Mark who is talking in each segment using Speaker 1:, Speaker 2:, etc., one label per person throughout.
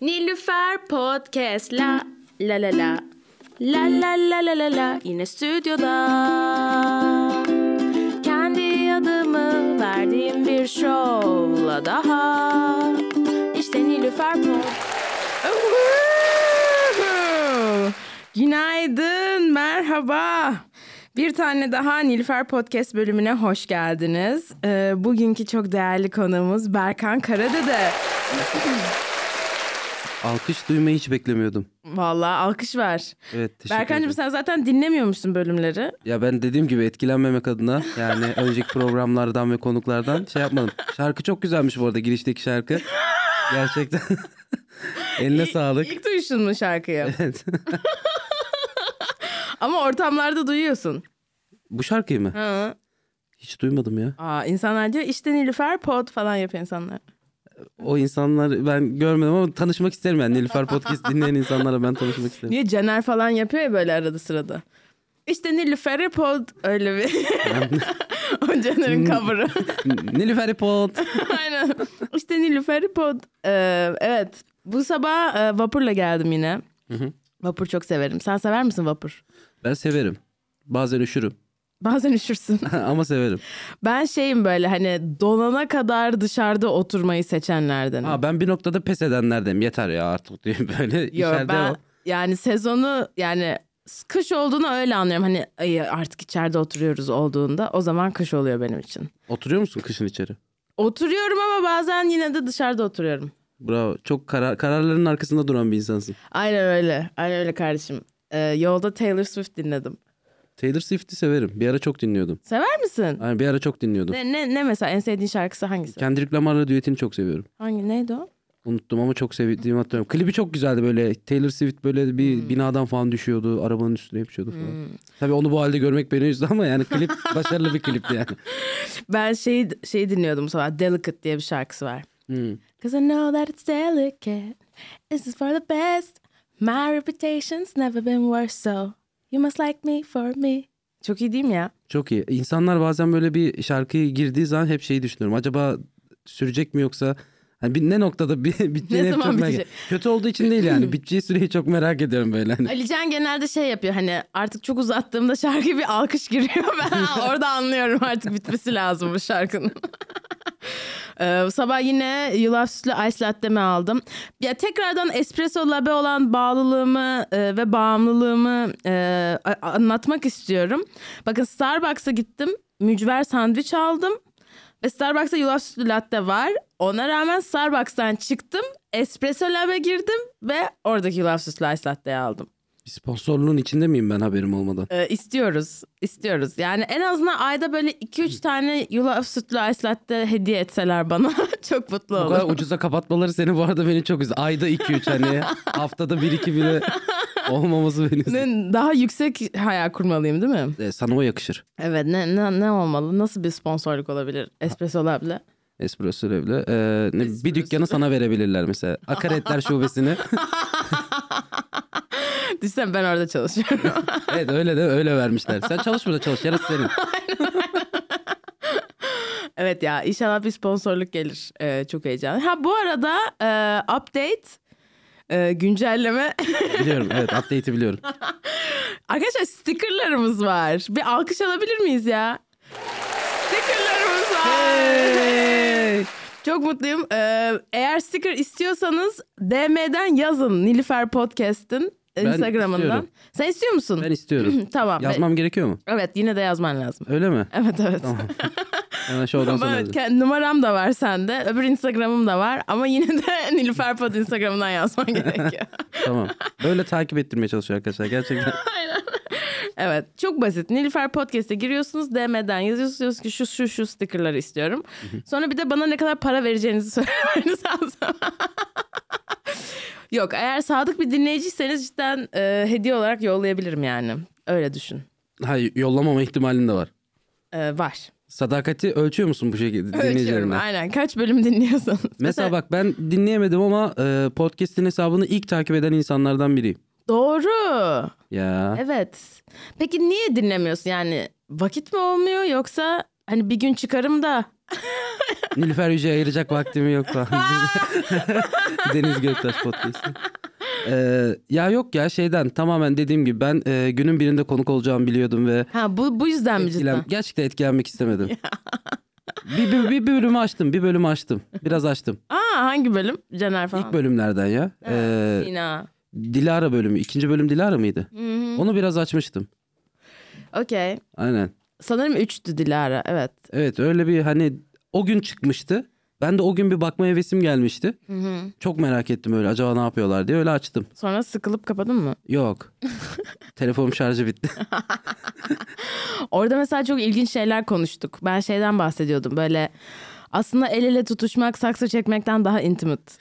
Speaker 1: Nilüfer Podcast la la la la la la la la la la yine stüdyoda kendi adımı verdiğim bir şovla daha işte Nilüfer Podcast.
Speaker 2: Günaydın, merhaba. Bir tane daha Nilüfer Podcast bölümüne hoş geldiniz. Ee, bugünkü çok değerli konuğumuz Berkan Karadede.
Speaker 3: Alkış duymayı hiç beklemiyordum.
Speaker 2: Vallahi alkış ver.
Speaker 3: Evet teşekkür
Speaker 2: Berkancığım
Speaker 3: ederim.
Speaker 2: sen zaten dinlemiyormuşsun bölümleri.
Speaker 3: Ya ben dediğim gibi etkilenmemek adına yani önceki programlardan ve konuklardan şey yapmadım. Şarkı çok güzelmiş bu arada girişteki şarkı. Gerçekten. Eline sağlık.
Speaker 2: İlk duyuşun mu şarkıyı?
Speaker 3: Evet.
Speaker 2: Ama ortamlarda duyuyorsun.
Speaker 3: bu şarkıyı mı?
Speaker 2: Ha.
Speaker 3: Hiç duymadım ya.
Speaker 2: Aa, insanlar diyor işte Nilüfer Pod falan yapıyor insanlar.
Speaker 3: O insanlar ben görmedim ama tanışmak isterim yani. Nilüfer Podcast dinleyen insanlara ben tanışmak isterim.
Speaker 2: Niye Caner falan yapıyor ya böyle arada sırada. İşte Nilüfer Pod öyle bir. o Caner'in cover'ı.
Speaker 3: Nilüfer Pod.
Speaker 2: Aynen. İşte Nilüfer Pod. Ee, evet. Bu sabah e, vapurla geldim yine.
Speaker 3: hı.
Speaker 2: Vapur çok severim. Sen sever misin vapur?
Speaker 3: Ben severim. Bazen üşürüm
Speaker 2: Bazen üşürsün.
Speaker 3: ama severim.
Speaker 2: Ben şeyim böyle hani donana kadar dışarıda oturmayı seçenlerden.
Speaker 3: Ha, ben bir noktada pes edenlerdim. Yeter ya artık diye böyle
Speaker 2: Yo,
Speaker 3: içeride
Speaker 2: ben
Speaker 3: ol.
Speaker 2: yani sezonu yani kış olduğunu öyle anlıyorum. Hani "Ay, artık içeride oturuyoruz olduğunda o zaman kış oluyor benim için.
Speaker 3: Oturuyor musun kışın içeri?
Speaker 2: Oturuyorum ama bazen yine de dışarıda oturuyorum.
Speaker 3: Bravo. Çok karar, kararların arkasında duran bir insansın.
Speaker 2: Aynen öyle. Aynen öyle kardeşim. Ee, yolda Taylor Swift dinledim.
Speaker 3: Taylor Swift'i severim. Bir ara çok dinliyordum.
Speaker 2: Sever misin?
Speaker 3: Yani bir ara çok dinliyordum.
Speaker 2: Ne, ne, ne mesela en sevdiğin şarkısı hangisi?
Speaker 3: Kendrick Lamar'la düetini çok seviyorum.
Speaker 2: Hangi neydi o?
Speaker 3: Unuttum ama çok sevdiğimi hatırlıyorum. Klibi çok güzeldi böyle. Taylor Swift böyle bir
Speaker 2: Hmm.
Speaker 3: binadan falan düşüyordu. Arabanın üstüne yapışıyordu falan. Tabii onu bu halde görmek beni üzdü ama yani klip başarılı bir klipti yani.
Speaker 2: Ben şeyi, şeyi dinliyordum sabah. Delicate diye bir şarkısı var.
Speaker 3: Hmm.
Speaker 2: Cause I know that it's delicate. This is for the best. My reputation's never been worse so. You must like me for me. Çok iyi değil mi ya?
Speaker 3: Çok iyi. İnsanlar bazen böyle bir şarkıya girdiği zaman hep şeyi düşünüyorum. Acaba sürecek mi yoksa hani bir, ne noktada bir biteceğini hep
Speaker 2: zaman
Speaker 3: çok merak
Speaker 2: bitecek?
Speaker 3: Kötü olduğu için değil yani. Biteceği süreyi çok merak ediyorum böyle. Hani.
Speaker 2: Alican genelde şey yapıyor hani artık çok uzattığımda şarkıya bir alkış giriyor. Ben orada anlıyorum artık bitmesi lazım bu şarkının. Ee, bu sabah yine yulaf sütlü ice latte'mi aldım. Ya tekrardan espresso labe olan bağlılığımı e, ve bağımlılığımı e, a- anlatmak istiyorum. Bakın Starbucks'a gittim. Mücver sandviç aldım. Ve Starbucks'ta yulaf sütlü latte var. Ona rağmen Starbucks'tan çıktım. Espresso labe girdim ve oradaki yulaf sütlü ice latte'yi aldım.
Speaker 3: Bir sponsorluğun içinde miyim ben haberim olmadan?
Speaker 2: Ee, istiyoruz. istiyoruz. Yani en azından ayda böyle 2-3 tane yulaf sütlü ice latte hediye etseler bana çok mutlu
Speaker 3: Bu kadar
Speaker 2: olurum.
Speaker 3: ucuza kapatmaları seni bu arada beni çok üzdü. Ayda 2-3 hani haftada 1-2 bile olmaması beni üzdü.
Speaker 2: Ne- Daha yüksek hayal kurmalıyım değil mi?
Speaker 3: E, sana o yakışır.
Speaker 2: Evet ne, ne, ne olmalı? Nasıl bir sponsorluk olabilir? Espresso lab'le.
Speaker 3: Espresso evle. E, ne, bir dükkanı sana verebilirler mesela. Akaretler şubesini.
Speaker 2: Düşünsene ben orada çalışıyorum.
Speaker 3: evet öyle de öyle vermişler. Sen çalış burada çalış. Yarısı senin.
Speaker 2: evet ya inşallah bir sponsorluk gelir. Ee, çok heyecanlı. Ha bu arada e, update, e, güncelleme.
Speaker 3: Biliyorum evet update'i biliyorum.
Speaker 2: Arkadaşlar stickerlarımız var. Bir alkış alabilir miyiz ya? Stickerlarımız var.
Speaker 3: Hey!
Speaker 2: Çok mutluyum. Ee, eğer sticker istiyorsanız DM'den yazın Nilüfer Podcast'ın
Speaker 3: Ben
Speaker 2: Instagram'ından.
Speaker 3: istiyorum.
Speaker 2: Sen istiyor musun?
Speaker 3: Ben istiyorum.
Speaker 2: tamam.
Speaker 3: Yazmam gerekiyor mu?
Speaker 2: Evet yine de yazman lazım.
Speaker 3: Öyle mi?
Speaker 2: Evet evet.
Speaker 3: Tamam. Hemen şovdan sonra.
Speaker 2: Ama
Speaker 3: yazın.
Speaker 2: ke- numaram da var sende. Öbür Instagram'ım da var. Ama yine de Nilüfer Pod Instagram'dan yazman gerekiyor.
Speaker 3: Tamam. Böyle takip ettirmeye çalışıyor arkadaşlar. Gerçekten.
Speaker 2: Evet çok basit. Nilüfer Podcast'e giriyorsunuz DM'den yazıyorsunuz diyorsunuz ki şu şu şu stickerları istiyorum. Sonra bir de bana ne kadar para vereceğinizi söylemeniz lazım. Yok eğer sadık bir dinleyiciyseniz cidden e, hediye olarak yollayabilirim yani. Öyle düşün.
Speaker 3: Hayır yollamama ihtimalin de var.
Speaker 2: E, var.
Speaker 3: Sadakati ölçüyor musun bu şekilde
Speaker 2: Ölçüyorum,
Speaker 3: dinleyicilerine?
Speaker 2: Aynen kaç bölüm dinliyorsanız.
Speaker 3: Mesela bak ben dinleyemedim ama e, podcast'in hesabını ilk takip eden insanlardan biriyim.
Speaker 2: Doğru.
Speaker 3: Ya
Speaker 2: Evet. Peki niye dinlemiyorsun yani? Vakit mi olmuyor yoksa Hani bir gün çıkarım da
Speaker 3: Nilüfer Yüce'ye ayıracak vaktim yok falan. Deniz Göktaş podcast. Ee, ya yok ya şeyden tamamen dediğim gibi ben e, günün birinde konuk olacağımı biliyordum ve
Speaker 2: ha bu bu yüzden mi
Speaker 3: etkilen-
Speaker 2: cidden?
Speaker 3: gerçekten etkilenmek istemedim. bir, bir, bir bölümü açtım bir bölümü açtım biraz açtım.
Speaker 2: Aa hangi bölüm? Caner falan.
Speaker 3: İlk bölümlerden ya. Ee,
Speaker 2: Sina.
Speaker 3: Dilara bölümü ikinci bölüm Dilara mıydı?
Speaker 2: Hı
Speaker 3: Onu biraz açmıştım.
Speaker 2: hı. Okey.
Speaker 3: Aynen.
Speaker 2: Sanırım 3'tü Dilara. Evet.
Speaker 3: Evet öyle bir hani o gün çıkmıştı. Ben de o gün bir bakma hevesim gelmişti.
Speaker 2: Hı hı.
Speaker 3: Çok merak ettim öyle acaba ne yapıyorlar diye öyle açtım.
Speaker 2: Sonra sıkılıp kapadın mı?
Speaker 3: Yok. Telefonum şarjı bitti.
Speaker 2: Orada mesela çok ilginç şeyler konuştuk. Ben şeyden bahsediyordum böyle aslında el ele tutuşmak saksı çekmekten daha intimate.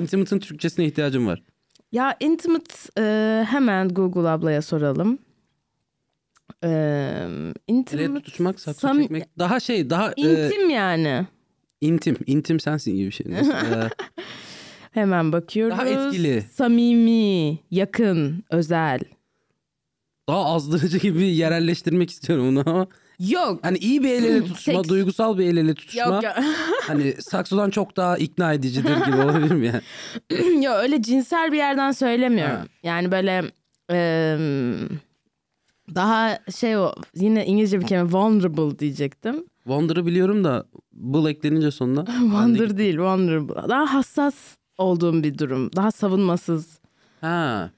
Speaker 3: Intimate'ın Türkçesine ihtiyacım var.
Speaker 2: Ya intimate e, hemen Google ablaya soralım. E,
Speaker 3: Ele
Speaker 2: intimate
Speaker 3: tutuşmak, saksı
Speaker 2: Sam-
Speaker 3: çekmek. Daha şey, daha e,
Speaker 2: intim yani.
Speaker 3: intim. intim sensin gibi bir şey. Neyse, e,
Speaker 2: Hemen bakıyoruz.
Speaker 3: daha etkili.
Speaker 2: Samimi, yakın, özel.
Speaker 3: Daha azdırıcı gibi yerelleştirmek istiyorum onu ama.
Speaker 2: Yok.
Speaker 3: Hani iyi bir el ele tutuşma,
Speaker 2: Seks.
Speaker 3: duygusal bir el ele tutuşma.
Speaker 2: Yok ya.
Speaker 3: Hani saksıdan çok daha ikna edicidir gibi olabilir mi yani?
Speaker 2: Yo, öyle cinsel bir yerden söylemiyorum.
Speaker 3: Ha.
Speaker 2: Yani böyle em, daha şey o yine İngilizce bir kelime vulnerable diyecektim.
Speaker 3: Wonder'ı biliyorum da Bull eklenince sonuna. Ben de-
Speaker 2: Wonder değil vulnerable. Daha hassas olduğum bir durum. Daha savunmasız.
Speaker 3: Ha.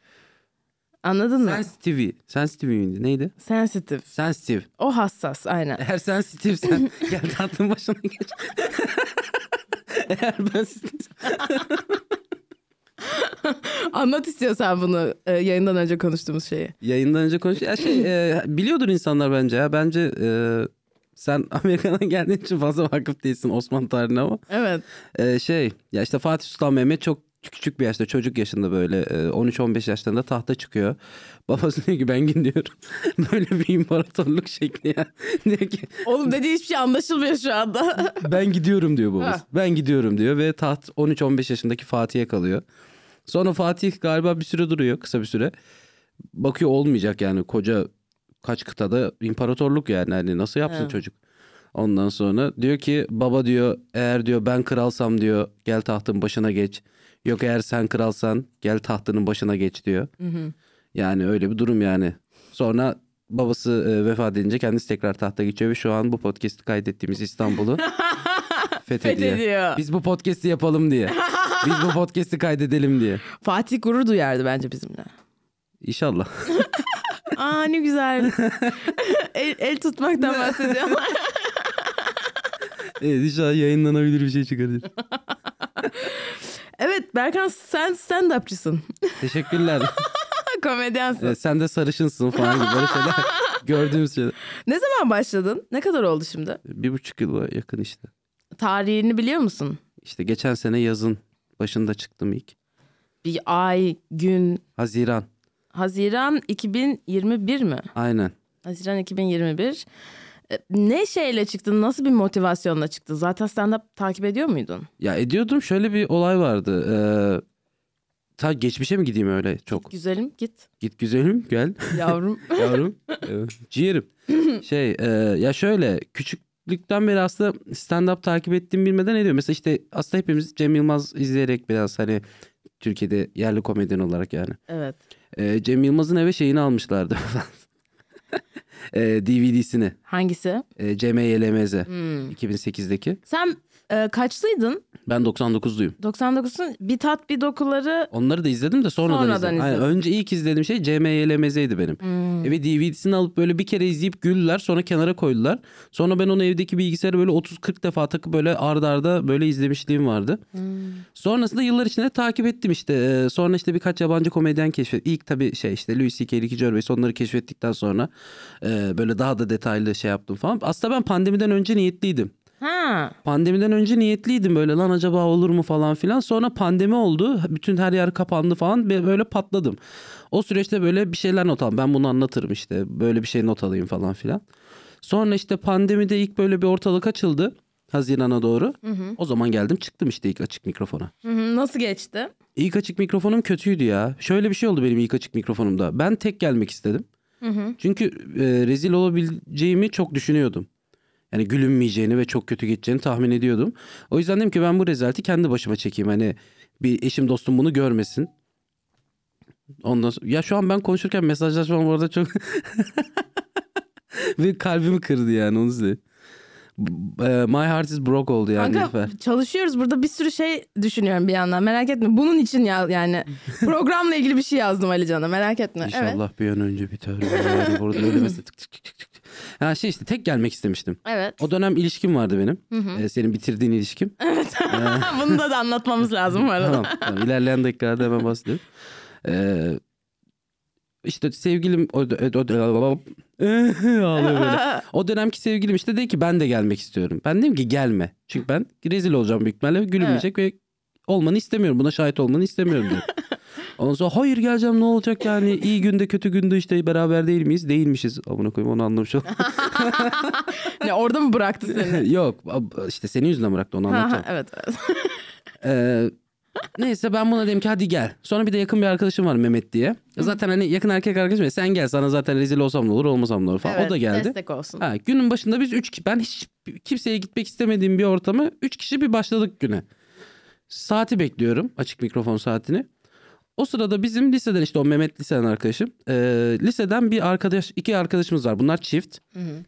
Speaker 2: Anladın mı?
Speaker 3: Sensitive. Sensitive miydi? Neydi?
Speaker 2: Sensitive.
Speaker 3: Sensitive.
Speaker 2: O hassas aynen.
Speaker 3: Eğer sen Steve'sen gel tatlının başına geç. Eğer ben Steve'sem.
Speaker 2: Anlat istiyorsan bunu e, yayından önce konuştuğumuz şeyi.
Speaker 3: Yayından önce konuş. Ya şey, e, biliyordur insanlar bence ya. Bence e, sen Amerika'dan geldiğin için fazla vakıf değilsin Osman tarihine ama.
Speaker 2: Evet.
Speaker 3: E, şey ya işte Fatih Sultan Mehmet çok küçük bir yaşta çocuk yaşında böyle e, 13-15 yaşlarında tahta çıkıyor. Babası diyor ki ben gidiyorum. böyle bir imparatorluk şekli ya. diyor ki
Speaker 2: Oğlum dediği hiçbir şey anlaşılmıyor şu anda.
Speaker 3: Ben gidiyorum diyor babası.
Speaker 2: Ha.
Speaker 3: Ben gidiyorum diyor ve taht 13-15 yaşındaki Fatih'e kalıyor. Sonra Fatih galiba bir süre duruyor kısa bir süre. Bakıyor olmayacak yani koca kaç kıtada imparatorluk yani hani nasıl yapsın
Speaker 2: Ha.
Speaker 3: çocuk. Ondan sonra diyor ki baba diyor eğer diyor ben kralsam diyor gel tahtın başına geç. Yok eğer sen kralsan gel tahtının başına geç diyor. Yani öyle bir durum yani. Sonra babası e, vefat edince kendisi tekrar tahta geçiyor ve şu an bu podcast'i kaydettiğimiz İstanbul'u fethediyor.
Speaker 2: Fethediyor.
Speaker 3: Biz bu podcast'i yapalım diye. Biz bu podcast'i kaydedelim diye.
Speaker 2: Fatih gurur duyardı bence bizimle.
Speaker 3: İnşallah.
Speaker 2: Aa ne güzel. el, el tutmaktan bahsediyorum.
Speaker 3: evet inşallah yayınlanabilir bir şey çıkarır.
Speaker 2: evet Berkan sen stand-upçısın.
Speaker 3: Teşekkürler.
Speaker 2: Komedyansın.
Speaker 3: Evet, sen de sarışınsın falan gibi böyle şeyler. Gördüğümüz şeyler.
Speaker 2: Ne zaman başladın? Ne kadar oldu şimdi?
Speaker 3: Bir buçuk yıla yakın işte.
Speaker 2: Tarihini biliyor musun?
Speaker 3: İşte geçen sene yazın başında çıktım ilk.
Speaker 2: Bir ay, gün,
Speaker 3: Haziran.
Speaker 2: Haziran 2021 mi?
Speaker 3: Aynen.
Speaker 2: Haziran 2021. E, Ne şeyle çıktın? Nasıl bir motivasyonla çıktın? Zaten stand-up takip ediyor muydun?
Speaker 3: Ya ediyordum şöyle bir olay vardı. Ee, ta geçmişe mi gideyim öyle çok?
Speaker 2: Güzelim git
Speaker 3: Git güzelim gel.
Speaker 2: yavrum.
Speaker 3: Yavrum. Ee, Ciğerim. Şey e, ya şöyle küçüklükten beri aslında stand-up takip ettiğimi bilmeden ediyor. Mesela işte aslında hepimiz Cem Yılmaz izleyerek biraz hani Türkiye'de yerli komedyen olarak yani.
Speaker 2: evet.
Speaker 3: Ee, Cem Yılmaz'ın eve şeyini almışlardı. ee, DVD'sini.
Speaker 2: Hangisi?
Speaker 3: Ee, Cem Yelemez'e.
Speaker 2: Hmm.
Speaker 3: 2008'deki.
Speaker 2: Sen e, kaçlıydın?
Speaker 3: Ben 99'luyum.
Speaker 2: 99'un bir tat bir dokuları.
Speaker 3: Onları da izledim de sonradan,
Speaker 2: Sonradan
Speaker 3: izledim.
Speaker 2: izledim.
Speaker 3: Aynen, önce ilk izlediğim şey Cem Yelemez'eydi benim.
Speaker 2: Hmm.
Speaker 3: E bir DVD'sini alıp böyle bir kere izleyip güldüler sonra kenara koydular. Sonra ben onu evdeki bilgisayara böyle 30-40 defa takıp böyle ardarda arda böyle izlemişliğim vardı.
Speaker 2: Hmm.
Speaker 3: Sonrasında yıllar içinde takip ettim işte. Ee, sonra işte birkaç yabancı komedyen keşfet. İlk tabii şey işte Louis C.K. Ricky Gervais onları keşfettikten sonra e, böyle daha da detaylı şey yaptım falan. Aslında ben pandemiden önce niyetliydim.
Speaker 2: Ha.
Speaker 3: Pandemiden önce niyetliydim böyle lan acaba olur mu falan filan. Sonra pandemi oldu. Bütün her yer kapandı falan. Ve Böyle patladım. O süreçte böyle bir şeyler not aldım. Ben bunu anlatırım işte. Böyle bir şey not alayım falan filan. Sonra işte pandemide ilk böyle bir ortalık açıldı. Haziran'a doğru. O zaman geldim çıktım işte ilk açık mikrofona.
Speaker 2: Hı hı, Nasıl geçti?
Speaker 3: İlk açık mikrofonum kötüydü ya. Şöyle bir şey oldu benim ilk açık mikrofonumda. Ben tek gelmek istedim. Çünkü e, rezil olabileceğimi çok düşünüyordum. Yani gülünmeyeceğini ve çok kötü geçeceğini tahmin ediyordum. O yüzden dedim ki ben bu rezaleti kendi başıma çekeyim. Hani bir eşim dostum bunu görmesin. Ondan sonra, ya şu an ben konuşurken mesajlaşmam bu arada çok ve kalbimi kırdı yani onu size. B- e, My heart is broke oldu yani.
Speaker 2: Kanka
Speaker 3: Nilüfer.
Speaker 2: çalışıyoruz burada bir sürü şey düşünüyorum bir yandan merak etme. Bunun için ya yani programla ilgili bir şey yazdım Ali Can'a merak etme. Evet.
Speaker 3: İnşallah bir an önce biter. Yani burada öyle mesela tık tık tık tık tık. Ha şey işte tek gelmek istemiştim.
Speaker 2: Evet.
Speaker 3: O dönem ilişkim vardı benim. Ee, senin bitirdiğin ilişkim.
Speaker 2: Bunu da, da anlatmamız lazım bu arada.
Speaker 3: tamam, tamam. İlerleyen dakikalarda hemen bahsediyorum. Ee, işte sevgilim o, dö- o, dö- Ağlıyor böyle. o dönemki sevgilim işte dedi ki ben de gelmek istiyorum. Ben dedim ki gelme. Çünkü ben rezil olacağım büyük ihtimalle ve gülünmeyecek ve olmanı istemiyorum. Buna şahit olmanı istemiyorum dedim. Ondan sonra hayır geleceğim ne olacak yani iyi günde kötü günde işte beraber değil miyiz? Değilmişiz. Amına koyayım onu anlamış oldum.
Speaker 2: Ne, orada mı bıraktı seni?
Speaker 3: Yok işte senin yüzünden bıraktı onu
Speaker 2: Ha, ha,
Speaker 3: anlatacağım.
Speaker 2: evet. evet.
Speaker 3: Ee, neyse ben buna dedim ki hadi gel. Sonra bir de yakın bir arkadaşım var Mehmet diye. Zaten hani yakın erkek arkadaşım ya, sen gel sana zaten rezil olsam ne olur olmasam ne olur falan.
Speaker 2: Evet,
Speaker 3: o da geldi.
Speaker 2: Destek olsun.
Speaker 3: Ha, günün başında biz üç ki- ben hiç kimseye gitmek istemediğim bir ortama üç kişi bir başladık güne. Saati bekliyorum açık mikrofon saatini. O sırada bizim liseden işte o Mehmet liseden arkadaşım. ee, liseden bir arkadaş iki arkadaşımız var bunlar çift.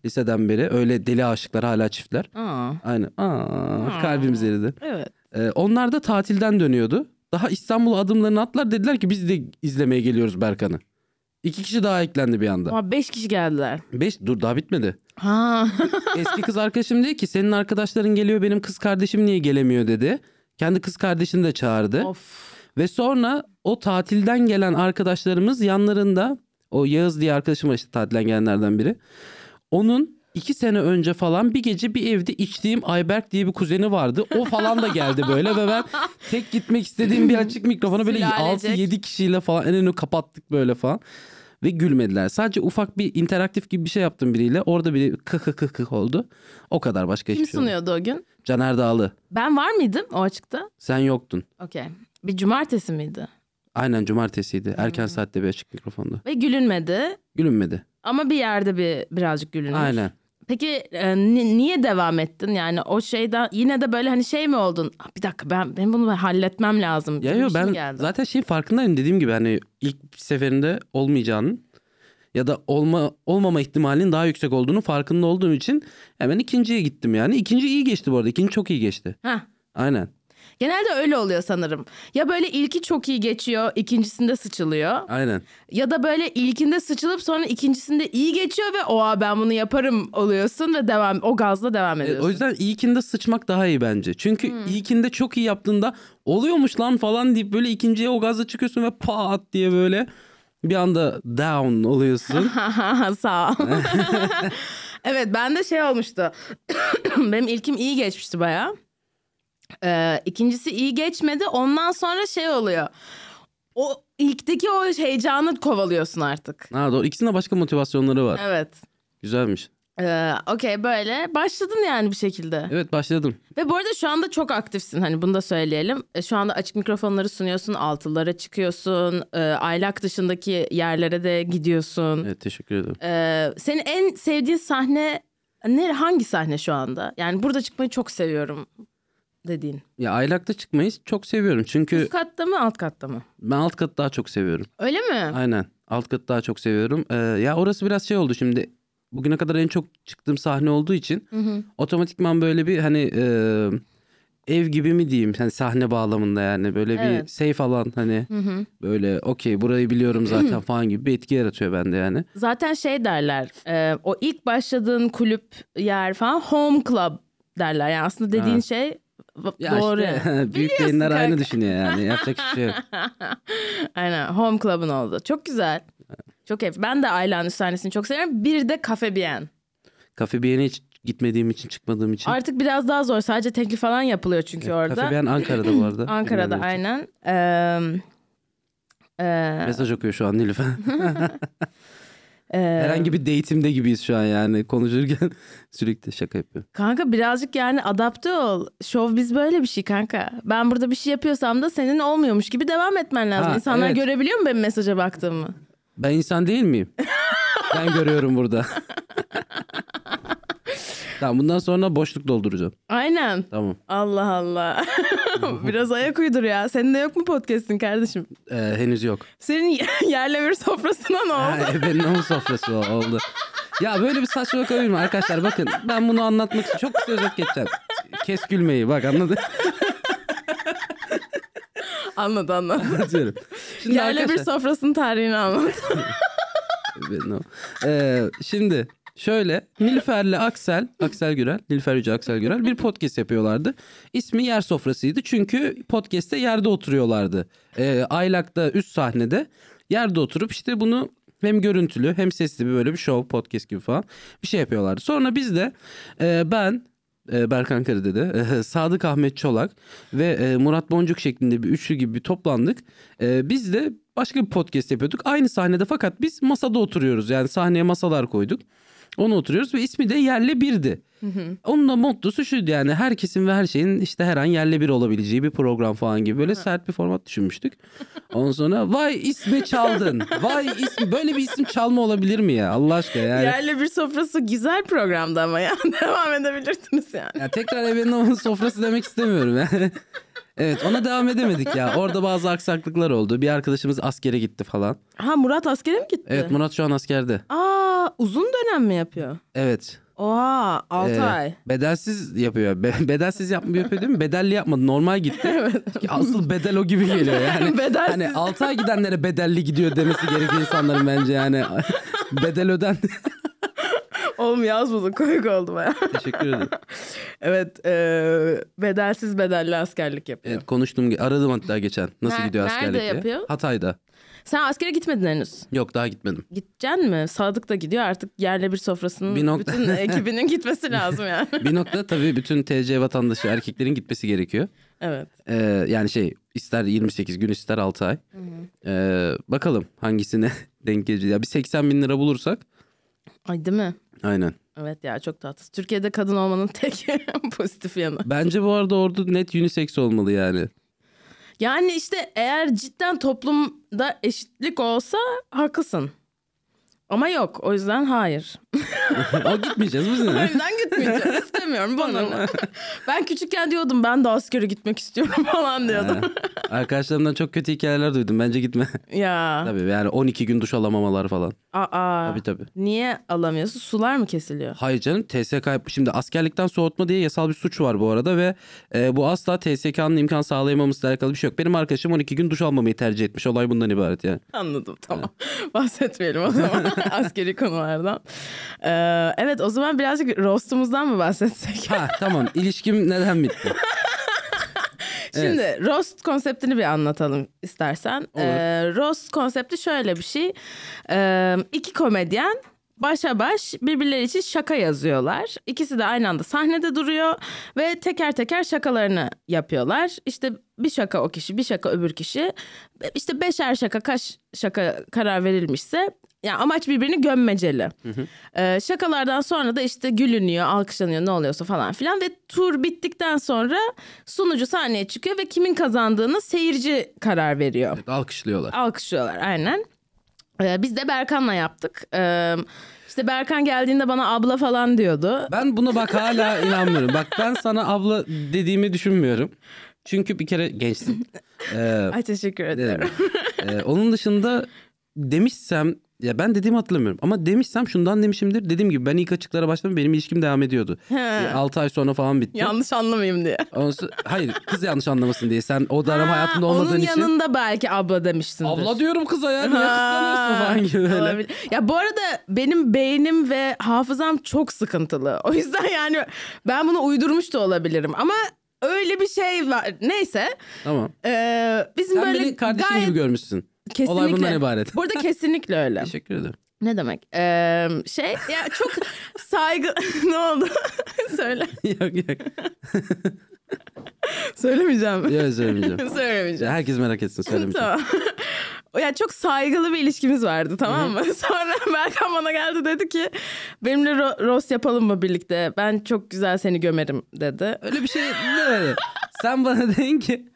Speaker 3: Liseden beri öyle deli aşıklar hala çiftler.
Speaker 2: Aa,
Speaker 3: Aynen. Aa, kalbimiz eridi.
Speaker 2: evet.
Speaker 3: Ee, onlar da tatilden dönüyordu. Daha İstanbul'a adımlarını atlar dediler ki biz de izlemeye geliyoruz Berkan'ı. İki kişi daha eklendi bir anda.
Speaker 2: Ama beş kişi geldiler.
Speaker 3: Beş dur daha bitmedi.
Speaker 2: Ha.
Speaker 3: Eski kız arkadaşım dedi ki senin arkadaşların geliyor benim kız kardeşim niye gelemiyor dedi. Kendi kız kardeşini de çağırdı.
Speaker 2: of.
Speaker 3: Ve sonra o tatilden gelen arkadaşlarımız yanlarında o Yağız diye arkadaşım var işte tatilden gelenlerden biri. Onun iki sene önce falan bir gece bir evde içtiğim Ayberk diye bir kuzeni vardı. O falan da geldi böyle ve ben tek gitmek istediğim bir açık mikrofona böyle
Speaker 2: Sülalecek.
Speaker 3: 6-7 kişiyle falan en önü kapattık böyle falan. Ve gülmediler. Sadece ufak bir interaktif gibi bir şey yaptım biriyle. Orada biri kıh kıh kıh kıh oldu. O kadar başka
Speaker 2: Kim
Speaker 3: hiçbir şey olmadı.
Speaker 2: sunuyordu o gün?
Speaker 3: Caner Dağlı.
Speaker 2: Ben var mıydım o açıkta?
Speaker 3: Sen yoktun.
Speaker 2: Okey. Bir cumartesi miydi?
Speaker 3: Aynen cumartesiydi. Erken saatte bir açık mikrofonda.
Speaker 2: Ve gülünmedi.
Speaker 3: Gülünmedi.
Speaker 2: Ama bir yerde bir birazcık gülünmüş.
Speaker 3: Aynen.
Speaker 2: Peki e, ni- niye devam ettin? Yani o şeyden yine de böyle hani şey mi oldun? "Ah, Bir dakika ben ben bunu halletmem lazım.
Speaker 3: Ya
Speaker 2: gibi
Speaker 3: yo
Speaker 2: bir şey mi
Speaker 3: ben
Speaker 2: geldi?
Speaker 3: zaten şeyin farkındayım dediğim gibi hani ilk seferinde olmayacağının ya da olma olmama ihtimalinin daha yüksek olduğunu farkında olduğum için hemen ikinciye gittim yani. İkinci iyi geçti bu arada. İkinci çok iyi geçti.
Speaker 2: Heh.
Speaker 3: Aynen.
Speaker 2: Genelde öyle oluyor sanırım. Ya böyle ilki çok iyi geçiyor, ikincisinde sıçılıyor.
Speaker 3: Aynen.
Speaker 2: Ya da böyle ilkinde sıçılıp sonra ikincisinde iyi geçiyor ve oha ben bunu yaparım oluyorsun ve devam o gazla devam
Speaker 3: E,
Speaker 2: ediyorsun.
Speaker 3: o yüzden ilkinde sıçmak daha iyi bence. Çünkü
Speaker 2: Hmm.
Speaker 3: ilkinde çok iyi yaptığında oluyormuş lan falan deyip böyle ikinciye o gazla çıkıyorsun ve pat diye böyle bir anda down oluyorsun.
Speaker 2: Sağ ol. evet ben de şey olmuştu. Benim ilkim iyi geçmişti baya. Ee, ikincisi iyi geçmedi. Ondan sonra şey oluyor. O ilkteki o heyecanı kovalıyorsun artık.
Speaker 3: ha doğru. İkisinin de başka motivasyonları var.
Speaker 2: Evet.
Speaker 3: Güzelmiş.
Speaker 2: Ee, Okey böyle başladın yani bir şekilde.
Speaker 3: Evet başladım.
Speaker 2: Ve bu arada şu anda çok aktifsin hani bunu da söyleyelim. E, Şu anda açık mikrofonları sunuyorsun, altılara çıkıyorsun, e, aylak dışındaki yerlere de gidiyorsun.
Speaker 3: Evet teşekkür ederim.
Speaker 2: Ee, senin en sevdiğin sahne ne hangi sahne şu anda? Yani burada çıkmayı çok seviyorum dediğin.
Speaker 3: Ya aylakta çıkmayı çok seviyorum. Çünkü
Speaker 2: Üst katta mı alt katta mı?
Speaker 3: ben alt katı daha çok seviyorum.
Speaker 2: Öyle mi?
Speaker 3: Aynen. Alt katı daha çok seviyorum. Ee, ya orası biraz şey oldu şimdi. Bugüne kadar en çok çıktığım sahne olduğu için otomatikman böyle bir hani e, ev gibi mi diyeyim? Hani sahne bağlamında yani böyle
Speaker 2: Evet.
Speaker 3: bir safe alan hani böyle okey burayı biliyorum zaten falan gibi bir etki yaratıyor bende yani.
Speaker 2: Zaten şey derler e, o ilk başladığın kulüp yer falan home club derler. Yani aslında dediğin
Speaker 3: Ha.
Speaker 2: şey v-
Speaker 3: Ya
Speaker 2: doğru.
Speaker 3: işte,
Speaker 2: yani.
Speaker 3: büyük
Speaker 2: Biliyorsun
Speaker 3: beyinler
Speaker 2: kanka.
Speaker 3: aynı düşünüyor yani. Yapacak hiçbir şey yok.
Speaker 2: Aynen home club'ın oldu. Çok güzel. Çok keyif. Ben de Aylan'ın sahnesini çok seviyorum. Bir de Cafe Bien.
Speaker 3: Kafe bir hiç gitmediğim için çıkmadığım için.
Speaker 2: Artık biraz daha zor. Sadece teklif falan yapılıyor çünkü orada.
Speaker 3: Kafe Beyan Ankara'da bu arada.
Speaker 2: Ankara'da
Speaker 3: Bilmeyenler için.
Speaker 2: aynen. Eee, eee,
Speaker 3: Mesaj okuyor şu an Nilüfer.
Speaker 2: eee,
Speaker 3: Herhangi bir date'imde gibiyiz şu an yani. Konuşurken sürekli şaka yapıyor.
Speaker 2: kanka birazcık yani adapte ol. Şov biz böyle bir şey kanka. Ben burada bir şey yapıyorsam da senin olmuyormuş gibi devam etmen lazım.
Speaker 3: Ha,
Speaker 2: İnsanlar
Speaker 3: evet.
Speaker 2: görebiliyor mu benim mesaja baktığımı?
Speaker 3: Ben insan değil miyim? Ben görüyorum burada. tamam bundan sonra boşluk dolduracağım.
Speaker 2: Aynen.
Speaker 3: Tamam.
Speaker 2: Allah Allah. Biraz ayak uydur ya. Senin de yok mu podcast'in kardeşim?
Speaker 3: Ee, henüz yok.
Speaker 2: Senin yerle bir sofrasına ne oldu?
Speaker 3: Ha, e, benim onun sofrası o- oldu. Ya böyle bir saçmalık olabilir mi arkadaşlar? Bakın ben bunu anlatmak için çok kısa özet geçeceğim. Kes gülmeyi bak anladın
Speaker 2: Anladı anladı.
Speaker 3: Anlatıyorum. Şimdi
Speaker 2: yerle bir
Speaker 3: arkadaşlar-
Speaker 2: sofrasının tarihini anlat.
Speaker 3: Ben o. Ee, şimdi şöyle Nilüfer'le Aksel, Aksel Gürel, Nilüfer Yüce Aksel Gürel bir podcast yapıyorlardı. İsmi Yer Sofrası'ydı çünkü podcast'te yerde oturuyorlardı. Ee, Aylak'ta üst sahnede yerde oturup işte bunu hem görüntülü hem sesli bir böyle bir show podcast gibi falan bir şey yapıyorlardı. Sonra biz de e, ben e, Berkan Karadede, e, Sadık Ahmet Çolak ve e, Murat Boncuk şeklinde bir üçlü gibi bir toplandık. E, Biz de başka bir podcast yapıyorduk. Aynı sahnede fakat biz masada oturuyoruz. Yani sahneye masalar koyduk. Onu oturuyoruz ve ismi de Yerle Bir'di. Onun da mottosu şuydu yani herkesin ve her şeyin işte her an yerle bir olabileceği bir program falan gibi böyle sert bir format düşünmüştük. Ondan sonra vay ismi çaldın. Vay ismi böyle bir isim çalma olabilir mi ya Allah aşkına yani.
Speaker 2: Yerle bir sofrası güzel programdı ama ya. Devam edebilirsiniz yani.
Speaker 3: Ya tekrar evinin onun sofrası demek istemiyorum. yani. evet ona devam edemedik ya. Orada bazı aksaklıklar oldu. Bir arkadaşımız askere gitti falan.
Speaker 2: Ha Murat askere mi gitti?
Speaker 3: Evet Murat şu an askerde.
Speaker 2: Aa uzun dönem mi yapıyor?
Speaker 3: Evet.
Speaker 2: Oha 6
Speaker 3: Ee,
Speaker 2: ay.
Speaker 3: Bedelsiz yapıyor. Be- bedelsiz yapmıyor yapıyor değil mi? Bedelli yapmadı. Normal gitti. Ki Asıl bedel o gibi geliyor yani.
Speaker 2: Bedelsiz.
Speaker 3: Hani 6 ay gidenlere bedelli gidiyor demesi gerekiyor insanların bence yani. bedel öden.
Speaker 2: Oğlum yazmadın komik oldu baya.
Speaker 3: Teşekkür ederim.
Speaker 2: evet e, bedelsiz bedelli askerlik yapıyor.
Speaker 3: Evet konuştum. Aradım hatta geçen. Nasıl
Speaker 2: Ner-
Speaker 3: gidiyor
Speaker 2: nerede
Speaker 3: askerlik diye.
Speaker 2: yapıyor?
Speaker 3: Hatay'da.
Speaker 2: Sen askere gitmedin henüz.
Speaker 3: Yok daha gitmedim.
Speaker 2: Gideceksin mi? Sadık da gidiyor artık yerle bir sofrasının
Speaker 3: Bir nokta-
Speaker 2: bütün ekibinin gitmesi lazım yani.
Speaker 3: Bir nokta tabii bütün TC vatandaşı erkeklerin gitmesi gerekiyor.
Speaker 2: evet.
Speaker 3: Ee, yani şey ister 28 gün ister 6 ay. Ee, bakalım hangisine denk gelecek. Ya bir 80 bin lira bulursak.
Speaker 2: Ay değil mi?
Speaker 3: Aynen.
Speaker 2: Evet ya çok tatsız. Türkiye'de kadın olmanın tek pozitif yanı.
Speaker 3: Bence bu arada ordu net unisex olmalı yani.
Speaker 2: Yani işte eğer cidden toplumda eşitlik olsa haklısın. Ama yok. O yüzden hayır.
Speaker 3: o gitmeyeceğiz biz
Speaker 2: O
Speaker 3: ne?
Speaker 2: yüzden gitmeyeceğim. İstemiyorum. Bana ne? Ben küçükken diyordum ben de askere gitmek istiyorum falan diyordum.
Speaker 3: Arkadaşlarımdan çok kötü hikayeler duydum. Bence gitme.
Speaker 2: ya.
Speaker 3: tabii yani 12 gün duş alamamalar falan.
Speaker 2: Aa.
Speaker 3: Tabii tabii.
Speaker 2: Niye alamıyorsun? Sular mı kesiliyor?
Speaker 3: Hayır canım TSK şimdi askerlikten soğutma diye yasal bir suç var bu arada ve e, bu asla TSK'nın imkan sağlayamamasıyla alakalı bir şey yok. Benim arkadaşım 12 gün duş almamayı tercih etmiş. Olay bundan ibaret yani.
Speaker 2: Anladım tamam. Bahsetmeyelim o zaman askeri konulardan. Ee, evet o zaman birazcık roastumuzdan mı bahsetsek?
Speaker 3: Ha tamam ilişkim neden bitti?
Speaker 2: Şimdi roast konseptini bir anlatalım istersen. Ee, roast konsepti şöyle bir şey. Ee, iki komedyen başa baş birbirleri için şaka yazıyorlar. İkisi de aynı anda sahnede duruyor ve teker teker şakalarını yapıyorlar. İşte bir şaka o kişi, bir şaka öbür kişi. İşte beşer şaka kaç şaka karar verilmişse yani amaç birbirini gömmeceli. Ee, şakalardan sonra da işte gülünüyor, alkışlanıyor ne oluyorsa falan filan. Ve tur bittikten sonra sunucu sahneye çıkıyor ve kimin kazandığını seyirci karar veriyor.
Speaker 3: Alkışlıyorlar.
Speaker 2: Alkışlıyorlar aynen. Ee, biz de Berkan'la yaptık. Ee, işte Berkan geldiğinde bana abla falan diyordu.
Speaker 3: Ben buna bak hala inanmıyorum. Bak ben sana abla dediğimi düşünmüyorum. Çünkü bir kere gençsin. Ee,
Speaker 2: Ay teşekkür
Speaker 3: ne
Speaker 2: ederim.
Speaker 3: demek? Ee, onun dışında demişsem ya ben dediğimi hatırlamıyorum ama demişsem şundan demişimdir. Dediğim gibi ben ilk açıklara başladım benim ilişkim devam ediyordu.
Speaker 2: He.
Speaker 3: 6 ay sonra falan bitti.
Speaker 2: Yanlış anlamayayım diye.
Speaker 3: Ondan sonra- hayır kız yanlış anlamasın diye sen o dönem
Speaker 2: Ha,
Speaker 3: hayatında
Speaker 2: onun
Speaker 3: olmadığın için.
Speaker 2: yanında belki abla demişsindir.
Speaker 3: Abla diyorum kıza ya niye kıskanıyorsun
Speaker 2: Ha,
Speaker 3: falan gibi böyle.
Speaker 2: olabilir. Ya bu arada benim beynim ve hafızam çok sıkıntılı. O yüzden yani ben bunu uydurmuş da olabilirim ama öyle bir şey var. Neyse
Speaker 3: Tamam.
Speaker 2: ee, bizim
Speaker 3: Sen
Speaker 2: böyle
Speaker 3: beni kardeşim
Speaker 2: gayet
Speaker 3: gibi görmüşsün.
Speaker 2: kesinlikle.
Speaker 3: Olay bundan ibaret.
Speaker 2: Burada kesinlikle öyle.
Speaker 3: Teşekkür ederim.
Speaker 2: ne demek? Ee, şey ya çok saygı ne oldu? Söyle.
Speaker 3: yok yok.
Speaker 2: Söylemeyeceğim.
Speaker 3: Yok söylemeyeceğim.
Speaker 2: Söylemeyeceğim.
Speaker 3: Ya Herkes merak etsin söylemeyeceğim.
Speaker 2: Tamam. ya çok saygılı bir ilişkimiz vardı tamam mı? Sonra Berkan bana geldi dedi ki benimle ro- roast yapalım mı birlikte? Ben çok güzel seni gömerim dedi.
Speaker 3: Öyle bir şey ne öyle? Sen bana dedin ki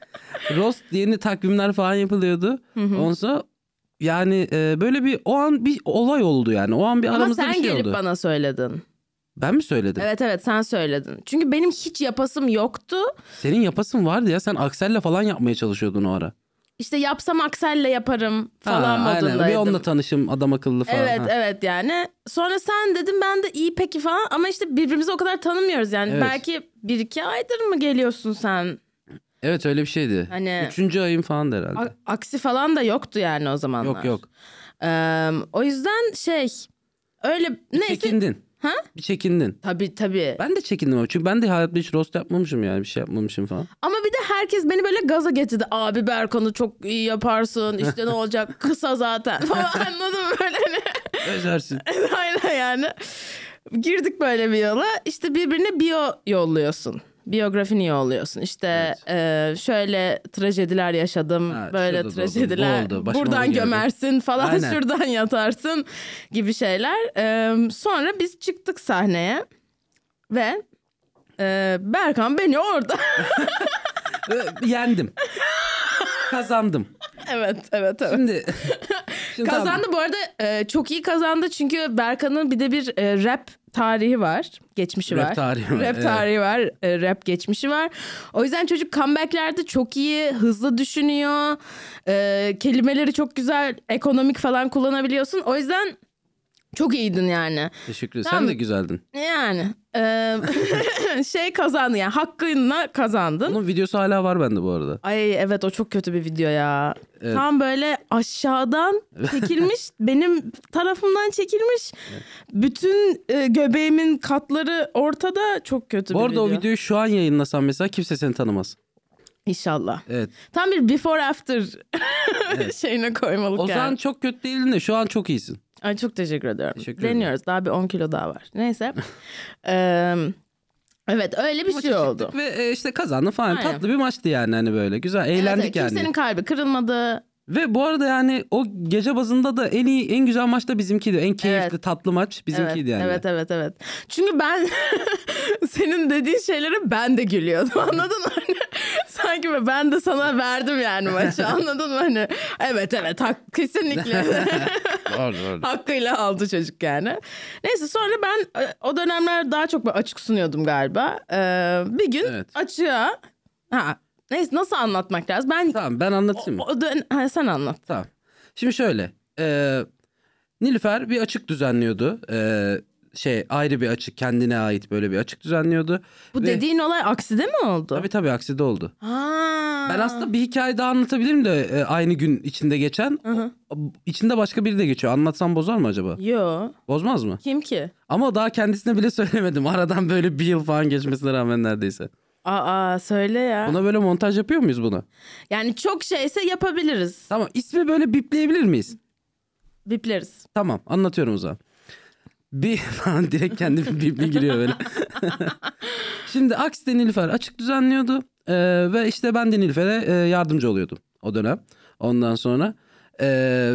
Speaker 3: roast yeni takvimler falan yapılıyordu. Ondan sonra yani e, böyle bir o an bir olay oldu yani. O an bir
Speaker 2: Ama
Speaker 3: aramızda
Speaker 2: sen
Speaker 3: bir şey
Speaker 2: gelip
Speaker 3: oldu.
Speaker 2: bana söyledin.
Speaker 3: Ben mi söyledim?
Speaker 2: Evet evet sen söyledin. Çünkü benim hiç yapasım yoktu.
Speaker 3: Senin yapasın vardı ya. Sen Aksel'le falan yapmaya çalışıyordun o ara.
Speaker 2: İşte yapsam Aksel'le yaparım falan
Speaker 3: Ha,
Speaker 2: modundaydım.
Speaker 3: aynen. Bir onunla tanışım adam akıllı falan.
Speaker 2: Evet
Speaker 3: Ha.
Speaker 2: evet yani. Sonra sen dedim ben de iyi peki falan ama işte birbirimizi o kadar tanımıyoruz yani.
Speaker 3: Evet.
Speaker 2: Belki bir iki aydır mı geliyorsun sen?
Speaker 3: Evet öyle bir şeydi.
Speaker 2: Hani-
Speaker 3: Üçüncü ayım falan herhalde.
Speaker 2: A- aksi falan da yoktu yani o zamanlar.
Speaker 3: yok yok.
Speaker 2: Ee, o yüzden şey öyle neyse.
Speaker 3: Çekindin.
Speaker 2: Ha?
Speaker 3: Bir çekindin.
Speaker 2: Tabii tabii.
Speaker 3: Ben de çekindim ama çünkü ben de hayatta hiç roast yapmamışım yani bir şey yapmamışım falan.
Speaker 2: Ama bir de herkes beni böyle gaza getirdi. Abi Berkan'ı çok iyi yaparsın. İşte ne olacak? Kısa zaten. Falan anladın mı böyle hani.
Speaker 3: Özersin.
Speaker 2: Aynen yani. Girdik böyle bir yola. İşte birbirine biyo yolluyorsun. Biyografini yolluyorsun. İşte e, şöyle trajediler yaşadım.
Speaker 3: Ha,
Speaker 2: böyle
Speaker 3: şurada da
Speaker 2: trajediler.
Speaker 3: oldu, bu oldu, başıma bu
Speaker 2: buradan
Speaker 3: geldi.
Speaker 2: gömersin falan
Speaker 3: Aynen.
Speaker 2: şuradan yatarsın gibi şeyler. E, sonra biz çıktık sahneye ve e, Berkan beni orada.
Speaker 3: Ö, Yendim. Kazandım.
Speaker 2: evet evet evet.
Speaker 3: Şimdi, şimdi tamam.
Speaker 2: Kazandı bu arada e, çok iyi kazandı çünkü Berkan'ın bir de bir e, rap tarihi var. Geçmişi
Speaker 3: Rap
Speaker 2: var.
Speaker 3: tarihi var,
Speaker 2: Rap
Speaker 3: evet.
Speaker 2: tarihi var. e, rap geçmişi var. O yüzden çocuk comeback'lerde çok iyi, hızlı düşünüyor. E, kelimeleri çok güzel, ekonomik falan kullanabiliyorsun. O yüzden çok iyiydin yani.
Speaker 3: Teşekkür ederim.
Speaker 2: Tamam.
Speaker 3: Sen de güzeldin.
Speaker 2: Yani e, şey kazandı yani hakkınla kazandın.
Speaker 3: Onun videosu hala var bende bu arada.
Speaker 2: Ay evet o çok kötü bir video ya.
Speaker 3: Evet.
Speaker 2: Tam böyle aşağıdan çekilmiş, benim tarafımdan çekilmiş. Bütün e, göbeğimin katları ortada. Çok kötü
Speaker 3: Bu
Speaker 2: bir
Speaker 3: arada
Speaker 2: video.
Speaker 3: o videoyu şu an yayınlasan mesela kimse seni tanımaz.
Speaker 2: İnşallah.
Speaker 3: Evet.
Speaker 2: Tam bir before after şeyine koymalık
Speaker 3: O zaman
Speaker 2: yani.
Speaker 3: çok kötü değildin de şu an çok iyisin.
Speaker 2: Ay çok teşekkür ediyorum.
Speaker 3: Teşekkür ederim.
Speaker 2: Deniyoruz. Daha bir 10 kilo daha var. Neyse. Eee, evet öyle bir şey oldu.
Speaker 3: Ve e, işte kazandın falan.
Speaker 2: Aynen.
Speaker 3: Tatlı bir maçtı yani hani böyle. Güzel
Speaker 2: Evet,
Speaker 3: eğlendik
Speaker 2: evet,
Speaker 3: yani.
Speaker 2: Kimsenin kalbi kırılmadı.
Speaker 3: Ve bu arada yani o gece bazında da en iyi en güzel maç da bizimkiydi. En keyifli
Speaker 2: Evet.
Speaker 3: tatlı maç bizimkiydi
Speaker 2: evet,
Speaker 3: yani.
Speaker 2: Evet evet evet. Çünkü ben senin dediğin şeylere ben de gülüyordum anladın mı? Hani Sanki böyle ben de sana verdim yani maçı anladın mı? Hani, evet evet hak, kesinlikle hakkıyla aldı çocuk yani. Neyse sonra ben e, o dönemler daha çok böyle açık sunuyordum galiba. Ee, bir gün
Speaker 3: Evet.
Speaker 2: açığa ha, neyse nasıl anlatmak lazım? Ben
Speaker 3: Tamam ben anlatayım mı?
Speaker 2: o dön- ha, sen anlat.
Speaker 3: Tamam. Şimdi şöyle. E, Nilüfer bir açık düzenliyordu. E, şey ayrı bir açık kendine ait böyle bir açık düzenliyordu.
Speaker 2: Bu
Speaker 3: Ve-
Speaker 2: dediğin olay akside mi oldu?
Speaker 3: Tabii tabii aksi de oldu.
Speaker 2: Ha.
Speaker 3: Ben aslında bir hikaye daha anlatabilirim de e, aynı gün içinde geçen. O- İçinde başka biri de geçiyor. Anlatsam bozar mı acaba?
Speaker 2: Yo.
Speaker 3: Bozmaz mı?
Speaker 2: Kim ki?
Speaker 3: Ama daha kendisine bile söylemedim. Aradan böyle bir yıl falan geçmesine rağmen neredeyse.
Speaker 2: Aa söyle ya.
Speaker 3: Buna böyle montaj yapıyor muyuz bunu?
Speaker 2: Yani çok şeyse yapabiliriz.
Speaker 3: Tamam ismi böyle bipleyebilir miyiz?
Speaker 2: Bipleriz.
Speaker 3: Tamam anlatıyorum o zaman. Bir falan direkt kendi bipli giriyor böyle. Şimdi Aks'te Nilüfer açık düzenliyordu. Ee, ve işte ben de Nilüfer'e e, yardımcı oluyordum o dönem. Ondan sonra ee,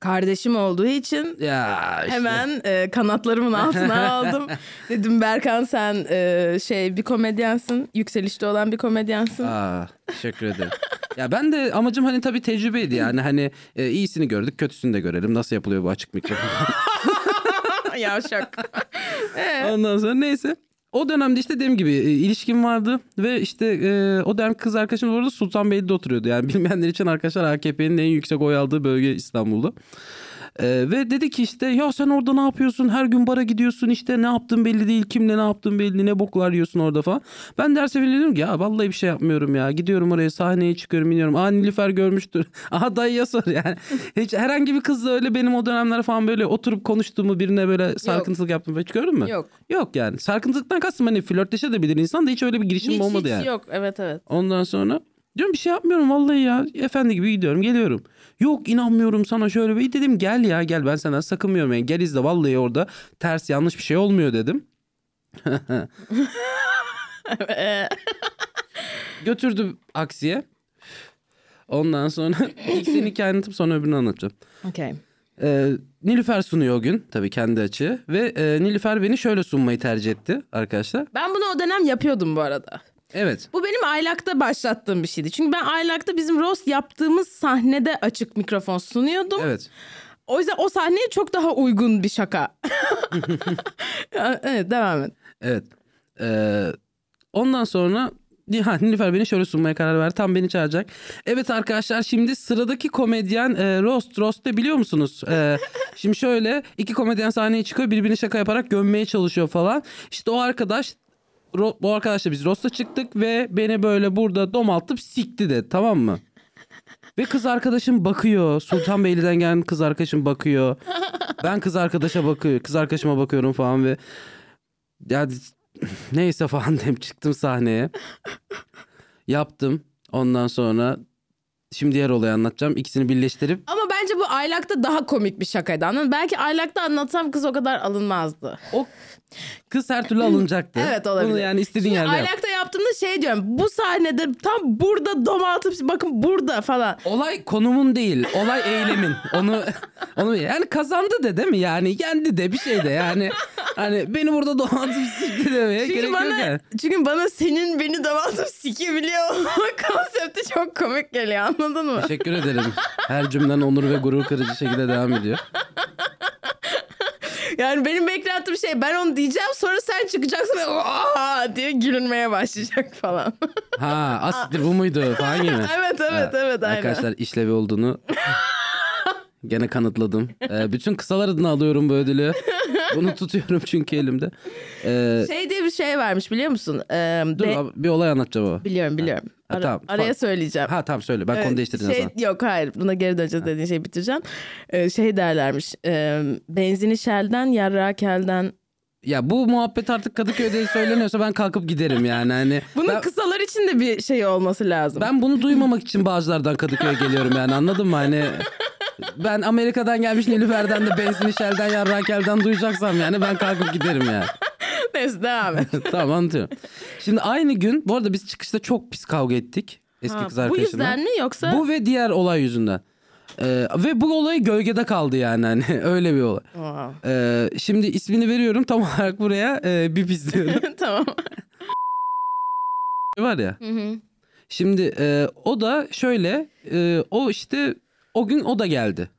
Speaker 2: Kardeşim olduğu için
Speaker 3: ya işte.
Speaker 2: hemen e, kanatlarımın altına aldım. Dedim Berkan sen e, şey bir komedyensin. Yükselişte olan bir komedyensin.
Speaker 3: Aa, teşekkür ederim. ya ben de amacım hani tabii tecrübeydi yani hani e, iyisini gördük kötüsünü de görelim nasıl yapılıyor bu açık mikrofon.
Speaker 2: Yavşak.
Speaker 3: Ondan sonra neyse. O dönemde işte dediğim gibi e, ilişkim vardı ve işte e, o dönem kız arkadaşım orada Sultanbeyli'de oturuyordu. Yani bilmeyenler için arkadaşlar AKP'nin en yüksek oy aldığı bölge İstanbul'da. E, ve dedi ki işte ya sen orada ne yapıyorsun her gün bara gidiyorsun işte ne yaptın belli değil kimle ne yaptın belli değil, ne boklar yiyorsun orada falan. Ben derse bile dedim ki ya vallahi bir şey yapmıyorum ya gidiyorum oraya sahneye çıkıyorum iniyorum. Aa Nilüfer görmüştür. Aha dayıya sor yani. Hiç herhangi bir kızla öyle benim o dönemler falan böyle oturup konuştuğumu birine böyle sarkıntılık yaptım hiç gördün mü?
Speaker 2: Yok.
Speaker 3: Yok yani. Sarkıntılıktan kastım hani flörtleşebilir insan da hiç öyle bir girişim
Speaker 2: Hiç,
Speaker 3: olmadı
Speaker 2: hiç
Speaker 3: yani.
Speaker 2: yok. Evet evet.
Speaker 3: Ondan sonra diyorum bir şey yapmıyorum vallahi ya. Efendi gibi gidiyorum geliyorum. Yok inanmıyorum sana şöyle bir dedim gel ya gel ben senden sakınmıyorum. Yani gel izle vallahi orada ters yanlış bir şey olmuyor dedim. Götürdü aksiye. Ondan sonra ikisini hikayeni anlatıp sonra öbürünü anlatacağım.
Speaker 2: Okey.
Speaker 3: Ee, Nilüfer sunuyor o gün tabii kendi açığı ve e, Nilüfer beni şöyle sunmayı tercih etti arkadaşlar.
Speaker 2: Ben bunu o dönem yapıyordum bu arada.
Speaker 3: Evet.
Speaker 2: Bu benim aylakta başlattığım bir şeydi. Çünkü ben aylakta bizim roast yaptığımız sahnede açık mikrofon sunuyordum.
Speaker 3: Evet.
Speaker 2: O yüzden o sahneye çok daha uygun bir şaka. evet devam et.
Speaker 3: Evet. Ee, ondan sonra ha, Nilüfer beni şöyle sunmaya karar verdi. Tam beni çağıracak. Evet arkadaşlar şimdi sıradaki komedyen e, Rost. Rost de biliyor musunuz? Ee, şimdi şöyle iki komedyen sahneye çıkıyor. Birbirini şaka yaparak gömmeye çalışıyor falan. İşte o arkadaş Ro- bu arkadaşla biz Rost'a çıktık ve beni böyle burada domaltıp sikti de tamam mı? Ve kız arkadaşım bakıyor. Sultanbeyli'den gelen kız arkadaşım bakıyor. Ben kız arkadaşa bakıyor. Kız arkadaşıma bakıyorum falan ve ya neyse falan dedim çıktım sahneye. Yaptım. Ondan sonra şimdi diğer olayı anlatacağım. İkisini birleştirip
Speaker 2: Ama bence bu aylakta daha komik bir şakaydı anladın mı? Belki aylakta anlatsam kız o kadar alınmazdı.
Speaker 3: o kız her türlü alınacaktı.
Speaker 2: Evet, olabilir.
Speaker 3: Bunu yani istediğin
Speaker 2: Şimdi
Speaker 3: yerde yap.
Speaker 2: aylakta yaptığımda şey diyorum. Bu sahnede tam burada domaltıp bakın burada falan.
Speaker 3: Olay konumun değil. Olay eylemin. Onu onu yani kazandı de değil mi? Yani yendi de bir şey de yani. Hani beni burada dolandırıp sikti demeye gerek
Speaker 2: Çünkü
Speaker 3: yok yani.
Speaker 2: bana, çünkü bana senin beni domaltıp sikebiliyor olma konsepti çok komik geliyor anladın mı?
Speaker 3: Teşekkür ederim. Her cümlen onur ve gurur kırıcı şekilde devam ediyor.
Speaker 2: Yani benim beklentim şey ben onu diyeceğim sonra sen çıkacaksın ve "Aa!" diye gülünmeye başlayacak falan.
Speaker 3: Ha asittir bu muydu falan gibi.
Speaker 2: evet evet
Speaker 3: Ha,
Speaker 2: evet aynen.
Speaker 3: Arkadaşlar işlevi olduğunu gene kanıtladım. Ee, bütün kısalar adına alıyorum bu ödülü. Bunu tutuyorum çünkü elimde. Ee,
Speaker 2: Şey diye bir şey vermiş biliyor musun? Ee,
Speaker 3: dur
Speaker 2: de-
Speaker 3: abi, bir olay anlatacağım ama.
Speaker 2: Biliyorum biliyorum.
Speaker 3: Ha,
Speaker 2: Ara-
Speaker 3: tamam.
Speaker 2: araya
Speaker 3: Fa-
Speaker 2: söyleyeceğim.
Speaker 3: Ha tamam söyle ben konu
Speaker 2: Evet,
Speaker 3: değiştireceğim
Speaker 2: şey, Yok hayır buna geri döneceğiz dediğin şeyi bitireceğim. Ee, şey derlermiş. E, benzini şelden yarrağı kelden.
Speaker 3: Ya bu muhabbet artık Kadıköy'de söyleniyorsa ben kalkıp giderim yani. Hani
Speaker 2: Bunun
Speaker 3: ben,
Speaker 2: kısalar için de bir şey olması lazım.
Speaker 3: ben bunu duymamak için Bağcılar'dan Kadıköy'e geliyorum yani anladın mı? Hani ben Amerika'dan gelmiş Nilüfer'den de Benzin Şel'den Yarrak El'den duyacaksam yani ben kalkıp giderim yani.
Speaker 2: Neyse devam et.
Speaker 3: tamam anlatıyorum. Şimdi aynı gün bu arada biz çıkışta çok pis kavga ettik. Eski
Speaker 2: Ha,
Speaker 3: kız
Speaker 2: bu
Speaker 3: arkadaşımla.
Speaker 2: yüzden mi yoksa?
Speaker 3: Bu ve diğer olay yüzünden. Ee, ve bu olay gölgede kaldı yani hani öyle bir olay.
Speaker 2: Wow.
Speaker 3: Ee, şimdi ismini veriyorum tam olarak buraya e, bir pis diyorum.
Speaker 2: tamam.
Speaker 3: var ya.
Speaker 2: Hı hı.
Speaker 3: Şimdi e, o da şöyle e, o işte o gün o da geldi.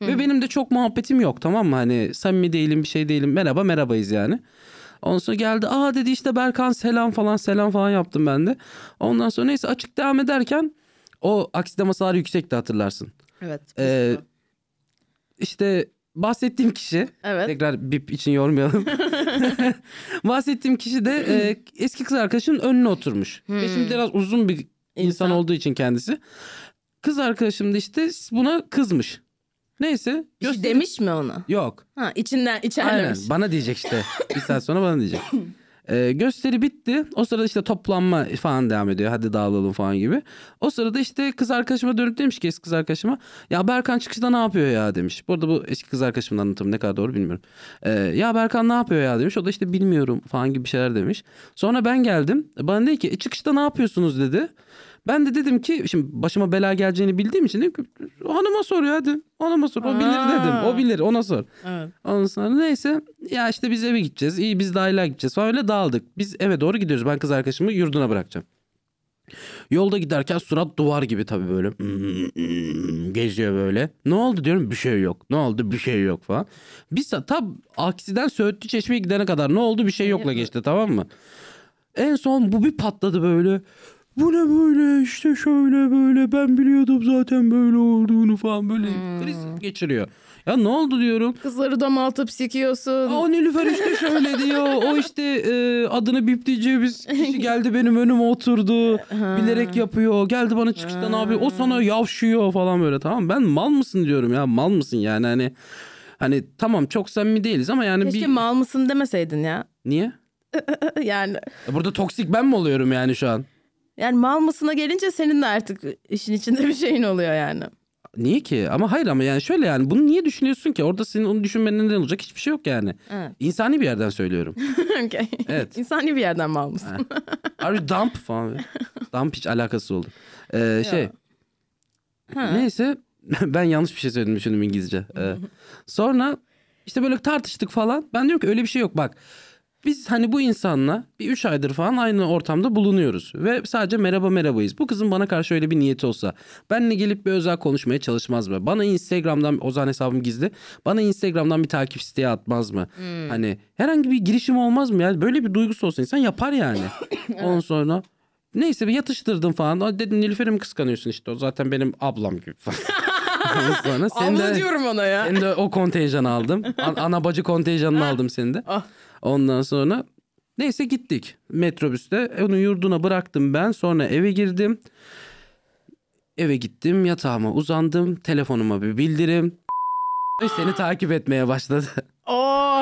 Speaker 3: Ve benim de çok muhabbetim yok tamam mı? Hani samimi değilim bir şey değilim merhaba merhabayız yani. Ondan sonra geldi aa dedi işte Berkan selam falan selam falan yaptım ben de. Ondan sonra neyse açık devam ederken o akside masalar yüksekti hatırlarsın.
Speaker 2: Evet.
Speaker 3: Ee, işte bahsettiğim kişi
Speaker 2: evet.
Speaker 3: tekrar bip için yormayalım. bahsettiğim kişi de e, eski kız arkadaşının önüne oturmuş. Ve şimdi biraz uzun bir insan
Speaker 2: İnsan.
Speaker 3: olduğu için kendisi. Kız arkadaşım da işte buna kızmış. Neyse.
Speaker 2: Bir şey
Speaker 3: göster-
Speaker 2: demiş mi ona?
Speaker 3: Yok.
Speaker 2: Ha içinden
Speaker 3: Aynen.
Speaker 2: içerlemiş.
Speaker 3: Bana diyecek işte. bir saat sonra bana diyecek. Ee, gösteri bitti. O sırada işte toplanma falan devam ediyor. Hadi dağılalım falan gibi. O sırada işte kız arkadaşıma dönüp demiş ki eski kız arkadaşıma. Ya Berkan çıkışta ne yapıyor ya demiş. Bu arada bu eski kız arkadaşımdan anlatım ne kadar doğru bilmiyorum. Ee, ya Berkan ne yapıyor ya demiş. O da işte bilmiyorum falan gibi bir şeyler demiş. Sonra ben geldim. Bana dedi ki "E, çıkışta ne yapıyorsunuz dedi. Ben de dedim ki şimdi başıma bela geleceğini bildiğim için dedim ki, hanıma sor ya dedim. Hanıma sor o bilir dedim. O bilir ona sor.
Speaker 2: Evet.
Speaker 3: Ondan sonra neyse ya işte biz eve gideceğiz. İyi biz de aile gideceğiz falan öyle dağıldık. Biz eve doğru gidiyoruz. Ben kız arkadaşımı yurduna bırakacağım. Yolda giderken surat duvar gibi tabii böyle. hmm, Geziyor böyle. Ne oldu diyorum bir şey yok. Ne oldu bir şey yok falan. Biz de tam aksiden Söğütlü Çeşme'ye gidene kadar ne oldu bir şey yokla geçti tamam mı? En son bu bir patladı böyle. Bu ne böyle işte şöyle böyle ben biliyordum zaten böyle olduğunu falan böyle kriz geçiriyor. Ya ne oldu diyorum.
Speaker 2: Kızları domaltıp sikiyorsun.
Speaker 3: O Nilüfer işte şöyle diyor. O işte e, adını bipleyeceğimiz kişi geldi benim önüme oturdu. Bilerek yapıyor. Geldi bana çıkışta ne yapıyor. O sana yavşıyor falan böyle tamam. Ben mal mısın diyorum ya mal mısın yani hani. Hani tamam çok samimi değiliz ama yani
Speaker 2: Keşke
Speaker 3: bir...
Speaker 2: mal mısın demeseydin ya.
Speaker 3: Niye?
Speaker 2: yani
Speaker 3: E, Burada toksik ben mi oluyorum yani şu an?
Speaker 2: yani mal mısına gelince senin de artık işin içinde bir şeyin oluyor yani.
Speaker 3: Niye ki? Ama hayır ama yani şöyle yani bunu niye düşünüyorsun ki? Orada senin onu düşünmenin neden olacak hiçbir şey yok yani.
Speaker 2: Evet.
Speaker 3: İnsani bir yerden söylüyorum.
Speaker 2: okay.
Speaker 3: Evet.
Speaker 2: İnsani bir yerden mal mısın?
Speaker 3: Are you dump falan. dump hiç alakası oldu. Ee, şey.
Speaker 2: Ha.
Speaker 3: Neyse ben yanlış bir şey söyledim düşündüm İngilizce. Ee, sonra işte böyle tartıştık falan. Ben diyorum ki öyle bir şey yok bak. Biz hani bu insanla bir 3 aydır falan aynı ortamda bulunuyoruz. Ve sadece merhaba merhabayız. Bu kızın bana karşı öyle bir niyeti olsa. Benle gelip bir özel konuşmaya çalışmaz mı? Bana Instagram'dan, Ozan hesabım gizli. Bana Instagram'dan bir takip isteği atmaz mı? Hani herhangi bir girişim olmaz mı? Yani böyle bir duygusu olsa insan yapar yani. Ondan sonra neyse bir yatıştırdım falan. Aa, Dedim Nilüfer'i mi kıskanıyorsun işte? O zaten benim ablam gibi falan. Ondan sonra seni
Speaker 2: Abla
Speaker 3: de-
Speaker 2: diyorum ona ya.
Speaker 3: ben de o kontenjanı aldım. An- ana bacı kontenjanını aldım senin de.
Speaker 2: Ah.
Speaker 3: Ondan sonra neyse gittik metrobüste. E, Onu yurduna bıraktım ben. Sonra eve girdim. Eve gittim yatağıma uzandım. Telefonuma bir bildirim. Seni takip etmeye başladı.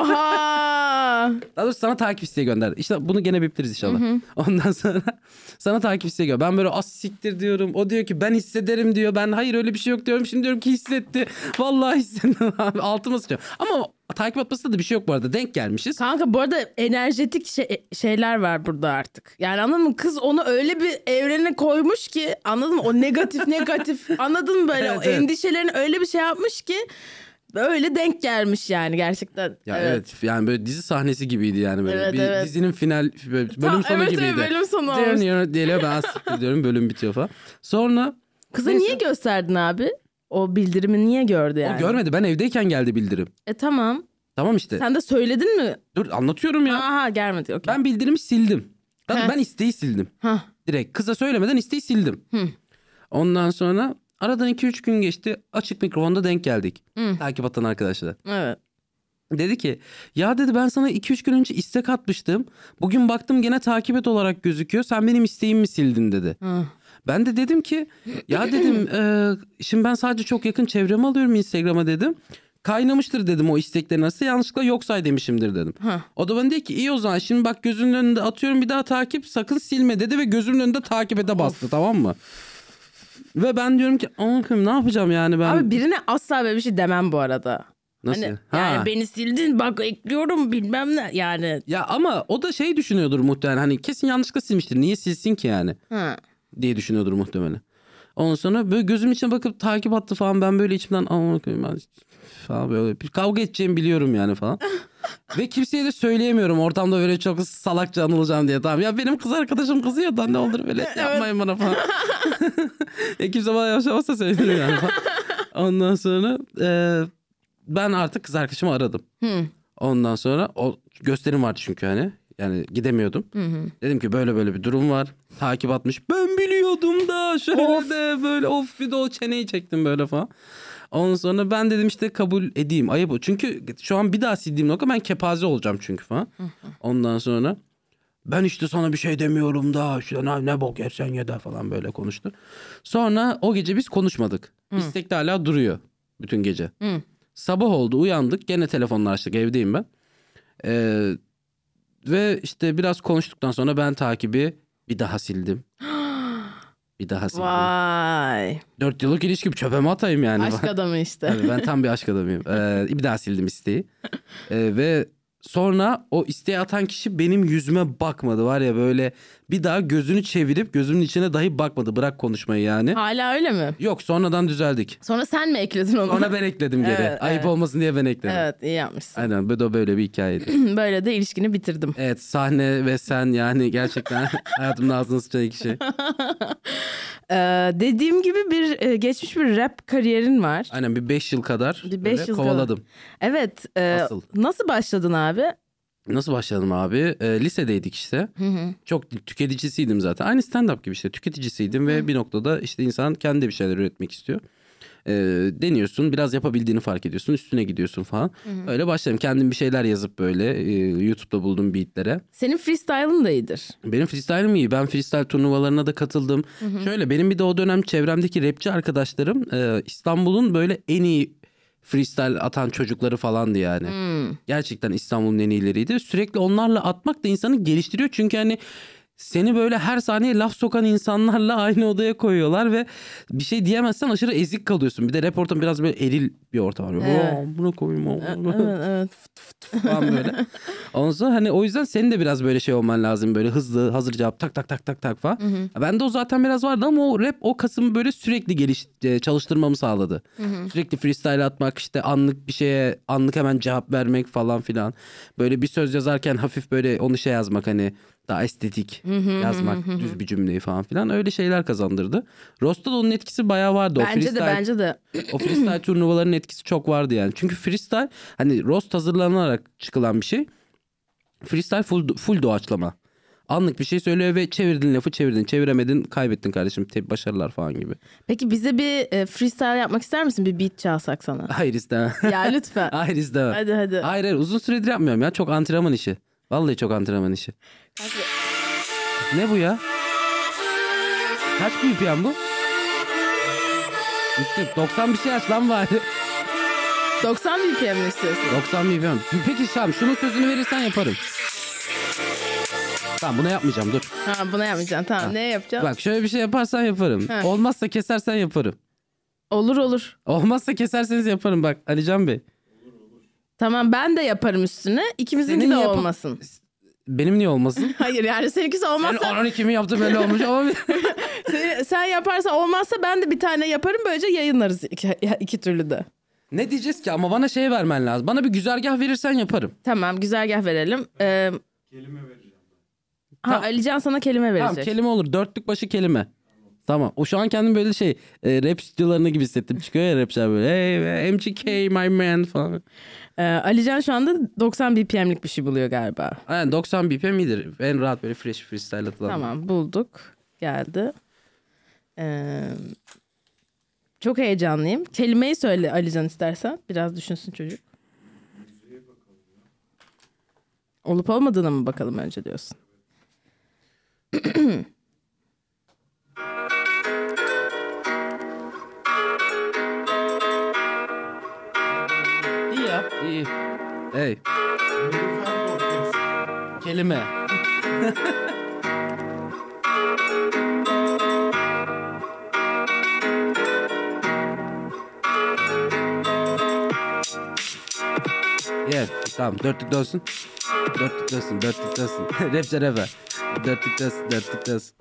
Speaker 2: Oha.
Speaker 3: Daha doğrusu sana takip isteği gönderdi. İşte bunu gene bipleriz inşallah. Ondan sonra sana takip isteği gör. Ben böyle as siktir diyorum. O diyor ki ben hissederim diyor. Ben hayır öyle bir şey yok diyorum. Şimdi diyorum ki hissetti. Vallahi hissettim abi. Altıma sıçıyorum. Ama takip atmasında da bir şey yok bu arada. Denk gelmişiz.
Speaker 2: Kanka bu arada enerjetik şey- şeyler var burada artık. Yani anladın mı? Kız onu öyle bir evrene koymuş ki anladın mı? O negatif negatif anladın mı böyle?
Speaker 3: Evet,
Speaker 2: o
Speaker 3: evet.
Speaker 2: endişelerini öyle bir şey yapmış ki öyle denk gelmiş yani gerçekten.
Speaker 3: Ya evet. yani böyle dizi sahnesi gibiydi yani böyle.
Speaker 2: Evet,
Speaker 3: bir
Speaker 2: evet.
Speaker 3: dizinin final böyle bölüm
Speaker 2: Tam-
Speaker 3: sonu
Speaker 2: evet, evet,
Speaker 3: gibiydi.
Speaker 2: bölüm sonu olmuş.
Speaker 3: Diyor, diyor, ben as siktir diyorum bölüm bitiyor falan. Sonra
Speaker 2: Kıza
Speaker 3: Neyse.
Speaker 2: niye gösterdin abi? O bildirimi niye gördü yani?
Speaker 3: o görmedi ben evdeyken geldi bildirim.
Speaker 2: E tamam.
Speaker 3: Tamam işte.
Speaker 2: Sen de söyledin mi?
Speaker 3: Dur anlatıyorum ya.
Speaker 2: Aha gelmedi. okey.
Speaker 3: Ben bildirimi sildim. Ben,
Speaker 2: Heh.
Speaker 3: ben isteği sildim.
Speaker 2: Hah.
Speaker 3: Direkt kıza söylemeden isteği sildim.
Speaker 2: Hı.
Speaker 3: Ondan sonra aradan 2-3 gün geçti. Açık mikrofonda denk geldik.
Speaker 2: Hı.
Speaker 3: Takip atan arkadaşlar.
Speaker 2: Evet.
Speaker 3: Dedi ki ya dedi ben sana 2-3 gün önce istek atmıştım. Bugün baktım gene takip et olarak gözüküyor. Sen benim isteğimi mi sildin dedi.
Speaker 2: Hı.
Speaker 3: Ben de dedim ki ya dedim e, şimdi ben sadece çok yakın çevremi alıyorum Instagram'a dedim. Kaynamıştır dedim o istekleri nasıl yanlışlıkla yok say demişimdir dedim.
Speaker 2: Hah.
Speaker 3: O da bana dedi ki iyi o zaman şimdi bak gözünün önünde atıyorum bir daha takip sakın silme dedi ve gözümün önünde takip ede bastı tamam mı? Ve ben diyorum ki "Aman koyayım, ne yapacağım yani ben
Speaker 2: Abi birine asla böyle bir şey demem bu arada.
Speaker 3: nasıl?
Speaker 2: Hani,
Speaker 3: Ha.
Speaker 2: yani beni sildin bak ekliyorum bilmem ne yani.
Speaker 3: Ya ama o da şey düşünüyordur muhtemelen hani kesin yanlışlıkla silmiştir niye silsin ki yani?
Speaker 2: Ha.
Speaker 3: diye düşünüyordur muhtemelen. Ondan sonra böyle gözüm içine bakıp takip attı falan. Ben böyle içimden aman koyayım ben falan böyle bir kavga edeceğimi biliyorum yani falan. Ve kimseye de söyleyemiyorum ortamda böyle çok salakça anılacağım diye. Tamam ya benim kız arkadaşım kızıyor da ne olur böyle yapmayın bana falan. ya kimse bana yavaş yavaş da söylüyor yani falan. Ondan sonra e, ben artık kız arkadaşımı aradım.
Speaker 2: Hı.
Speaker 3: Ondan sonra o gösterim vardı çünkü hani. Yani gidemiyordum. Dedim ki böyle böyle bir durum var. Takip atmış. Ben biliyordum da şöyle de böyle of bir de o çeneyi çektim böyle falan. Ondan sonra ben dedim işte kabul edeyim. Ayıp o. Çünkü şu an bir daha sildiğim nokta ben kepaze olacağım çünkü falan. Ondan sonra ben işte sana bir şey demiyorum da işte ne, ne bok yersen ye de falan böyle konuştu. Sonra o gece biz konuşmadık. İstek de hala duruyor bütün gece.
Speaker 2: Hı.
Speaker 3: Sabah oldu uyandık gene telefonla açtık evdeyim ben. Ee, ve işte biraz konuştuktan sonra ben takibi bir daha sildim. bir daha sildim.
Speaker 2: Vay.
Speaker 3: Dört yıllık ilişkim çöpe mi atayım yani?
Speaker 2: Aşk adamı işte.
Speaker 3: Tabii ben tam bir aşk adamıyım. Ee, bir daha sildim isteği. Ee, ve sonra o isteği atan kişi benim yüzüme bakmadı var ya böyle bir daha gözünü çevirip gözümün içine dahi bakmadı. Bırak konuşmayı yani.
Speaker 2: Hala öyle mi?
Speaker 3: Yok sonradan düzeldik.
Speaker 2: Sonra sen mi ekledin onu?
Speaker 3: Ona ben ekledim geri.
Speaker 2: Evet,
Speaker 3: Ayıp
Speaker 2: evet.
Speaker 3: olmasın diye ben ekledim.
Speaker 2: Evet iyi yapmışsın.
Speaker 3: Aynen bu da böyle bir hikayeydi.
Speaker 2: Böyle de ilişkini bitirdim.
Speaker 3: Evet sahne ve sen yani gerçekten hayatımın ağzını sıçan iki şey.
Speaker 2: Ee, dediğim gibi bir e, geçmiş bir rap kariyerin var.
Speaker 3: Aynen bir 5 yıl kadar
Speaker 2: Bir beş
Speaker 3: böyle
Speaker 2: yıl
Speaker 3: kovaladım.
Speaker 2: Evet. e,
Speaker 3: Nasıl?
Speaker 2: Nasıl başladın abi?
Speaker 3: Nasıl başladım abi? Ee, lisedeydik işte.
Speaker 2: Hı hı.
Speaker 3: Çok tüketicisiydim zaten. Aynı stand-up gibi işte tüketicisiydim ve bir noktada işte insan kendi bir şeyler üretmek istiyor. Ee, deniyorsun biraz yapabildiğini fark ediyorsun üstüne gidiyorsun falan. Öyle başladım kendim bir şeyler yazıp böyle e, YouTube'da bulduğum beatlere.
Speaker 2: Senin freestyle'ın da iyidir.
Speaker 3: Benim freestyle'im iyi. Ben freestyle turnuvalarına da katıldım. Şöyle benim bir de o dönem çevremdeki rapçi arkadaşlarım e, İstanbul'un böyle en iyi freestyle atan çocukları falandı yani.
Speaker 2: Hmm.
Speaker 3: Gerçekten İstanbul'un en iyileriydi. Sürekli onlarla atmak da insanı geliştiriyor. Çünkü hani seni böyle her saniye laf sokan insanlarla aynı odaya koyuyorlar ve bir şey diyemezsen aşırı ezik kalıyorsun. Bir de reportan biraz böyle eril bir ortam var. Böyle,
Speaker 2: Evet. Ee,
Speaker 3: "Aa, Buna koyayım. aa, buna
Speaker 2: Evet evet.
Speaker 3: falan böyle. Ondan sonra hani o yüzden senin de biraz böyle şey olman lazım böyle hızlı hazır cevap tak tak tak tak tak falan. Ben de o zaten biraz vardı ama o rap o kasımı böyle sürekli geliş e, çalıştırmamı sağladı. Sürekli freestyle atmak işte anlık bir şeye anlık hemen cevap vermek falan filan. Böyle bir söz yazarken hafif böyle onu şey yazmak hani daha estetik yazmak düz bir cümleyi falan filan öyle şeyler kazandırdı. Rosta da onun etkisi bayağı vardı. o
Speaker 2: Bence de
Speaker 3: freestyle-
Speaker 2: bence de.
Speaker 3: o freestyle turnuvaların etkisi çok vardı yani. Çünkü freestyle hani roast hazırlanarak çıkılan bir şey. Freestyle full, full doğaçlama. Anlık bir şey söylüyor ve çevirdin lafı çevirdin. Çeviremedin kaybettin kardeşim. Te- başarılar falan gibi.
Speaker 2: Peki bize bir e, freestyle yapmak ister misin? Bir beat çalsak sana.
Speaker 3: Hayır istemem.
Speaker 2: ya lütfen.
Speaker 3: Hayır istemem.
Speaker 2: hadi hadi.
Speaker 3: Hayır hayır uzun süredir yapmıyorum ya. Çok antrenman işi. Vallahi çok antrenman işi. Ne bu ya? Kaç BPM bu? 140, 90 bir şey aç lan bari.
Speaker 2: 90 BPM mi istiyorsun?
Speaker 3: 90 milyon. Peki Şam şunun sözünü verirsen yaparım. Tamam bunu yapmayacağım dur.
Speaker 2: Ha buna yapmayacaksın. Tamam ne yapacağım?
Speaker 3: Bak şöyle bir şey yaparsan yaparım.
Speaker 2: Ha.
Speaker 3: Olmazsa kesersen yaparım.
Speaker 2: Olur olur.
Speaker 3: Olmazsa keserseniz yaparım bak Alican Bey.
Speaker 2: Tamam ben de yaparım üstüne. İkimizinki
Speaker 3: Senin
Speaker 2: de
Speaker 3: yapa-
Speaker 2: olmasın.
Speaker 3: Benim niye olmasın?
Speaker 2: Hayır yani seninkisi
Speaker 3: Ben
Speaker 2: olmazsa
Speaker 3: onun kimi yaptım öyle olmuş ama bir-
Speaker 2: sen, sen yaparsan olmazsa ben de bir tane yaparım böylece yayınlarız iki, iki türlü de.
Speaker 3: ne diyeceğiz ki ama bana şey vermen lazım. Bana bir güzergah verirsen yaparım.
Speaker 2: Tamam güzergah verelim. Ee, kelime vereceğim. Ha
Speaker 3: Tamam.
Speaker 2: Alican sana kelime verecek.
Speaker 3: Tamam kelime olur. Dörtlük başı kelime. Tamam. O şu an kendim böyle şey e, rap stüdyolarına gibi hissettim. Çıkıyor ya rapçiler böyle. Hey MGK my man falan.
Speaker 2: Ee, Alican şu anda 90 BPM'lik bir şey buluyor galiba.
Speaker 3: Aynen 90 BPM iyidir. En rahat böyle fresh freestyle atılan.
Speaker 2: Tamam bulduk. Geldi. Ee, çok heyecanlıyım. Kelimeyi söyle Alican istersen. Biraz düşünsün çocuk. Olup olmadığına mı bakalım önce diyorsun?
Speaker 3: İyi ya. İyi. Hey. Kelime. yeah. Tamam dörtlük dönsün. Dörtlük dönsün, dörtlük dönsün. Rapçe rap'e. Dörtlük dönsün, dörtlük dönsün.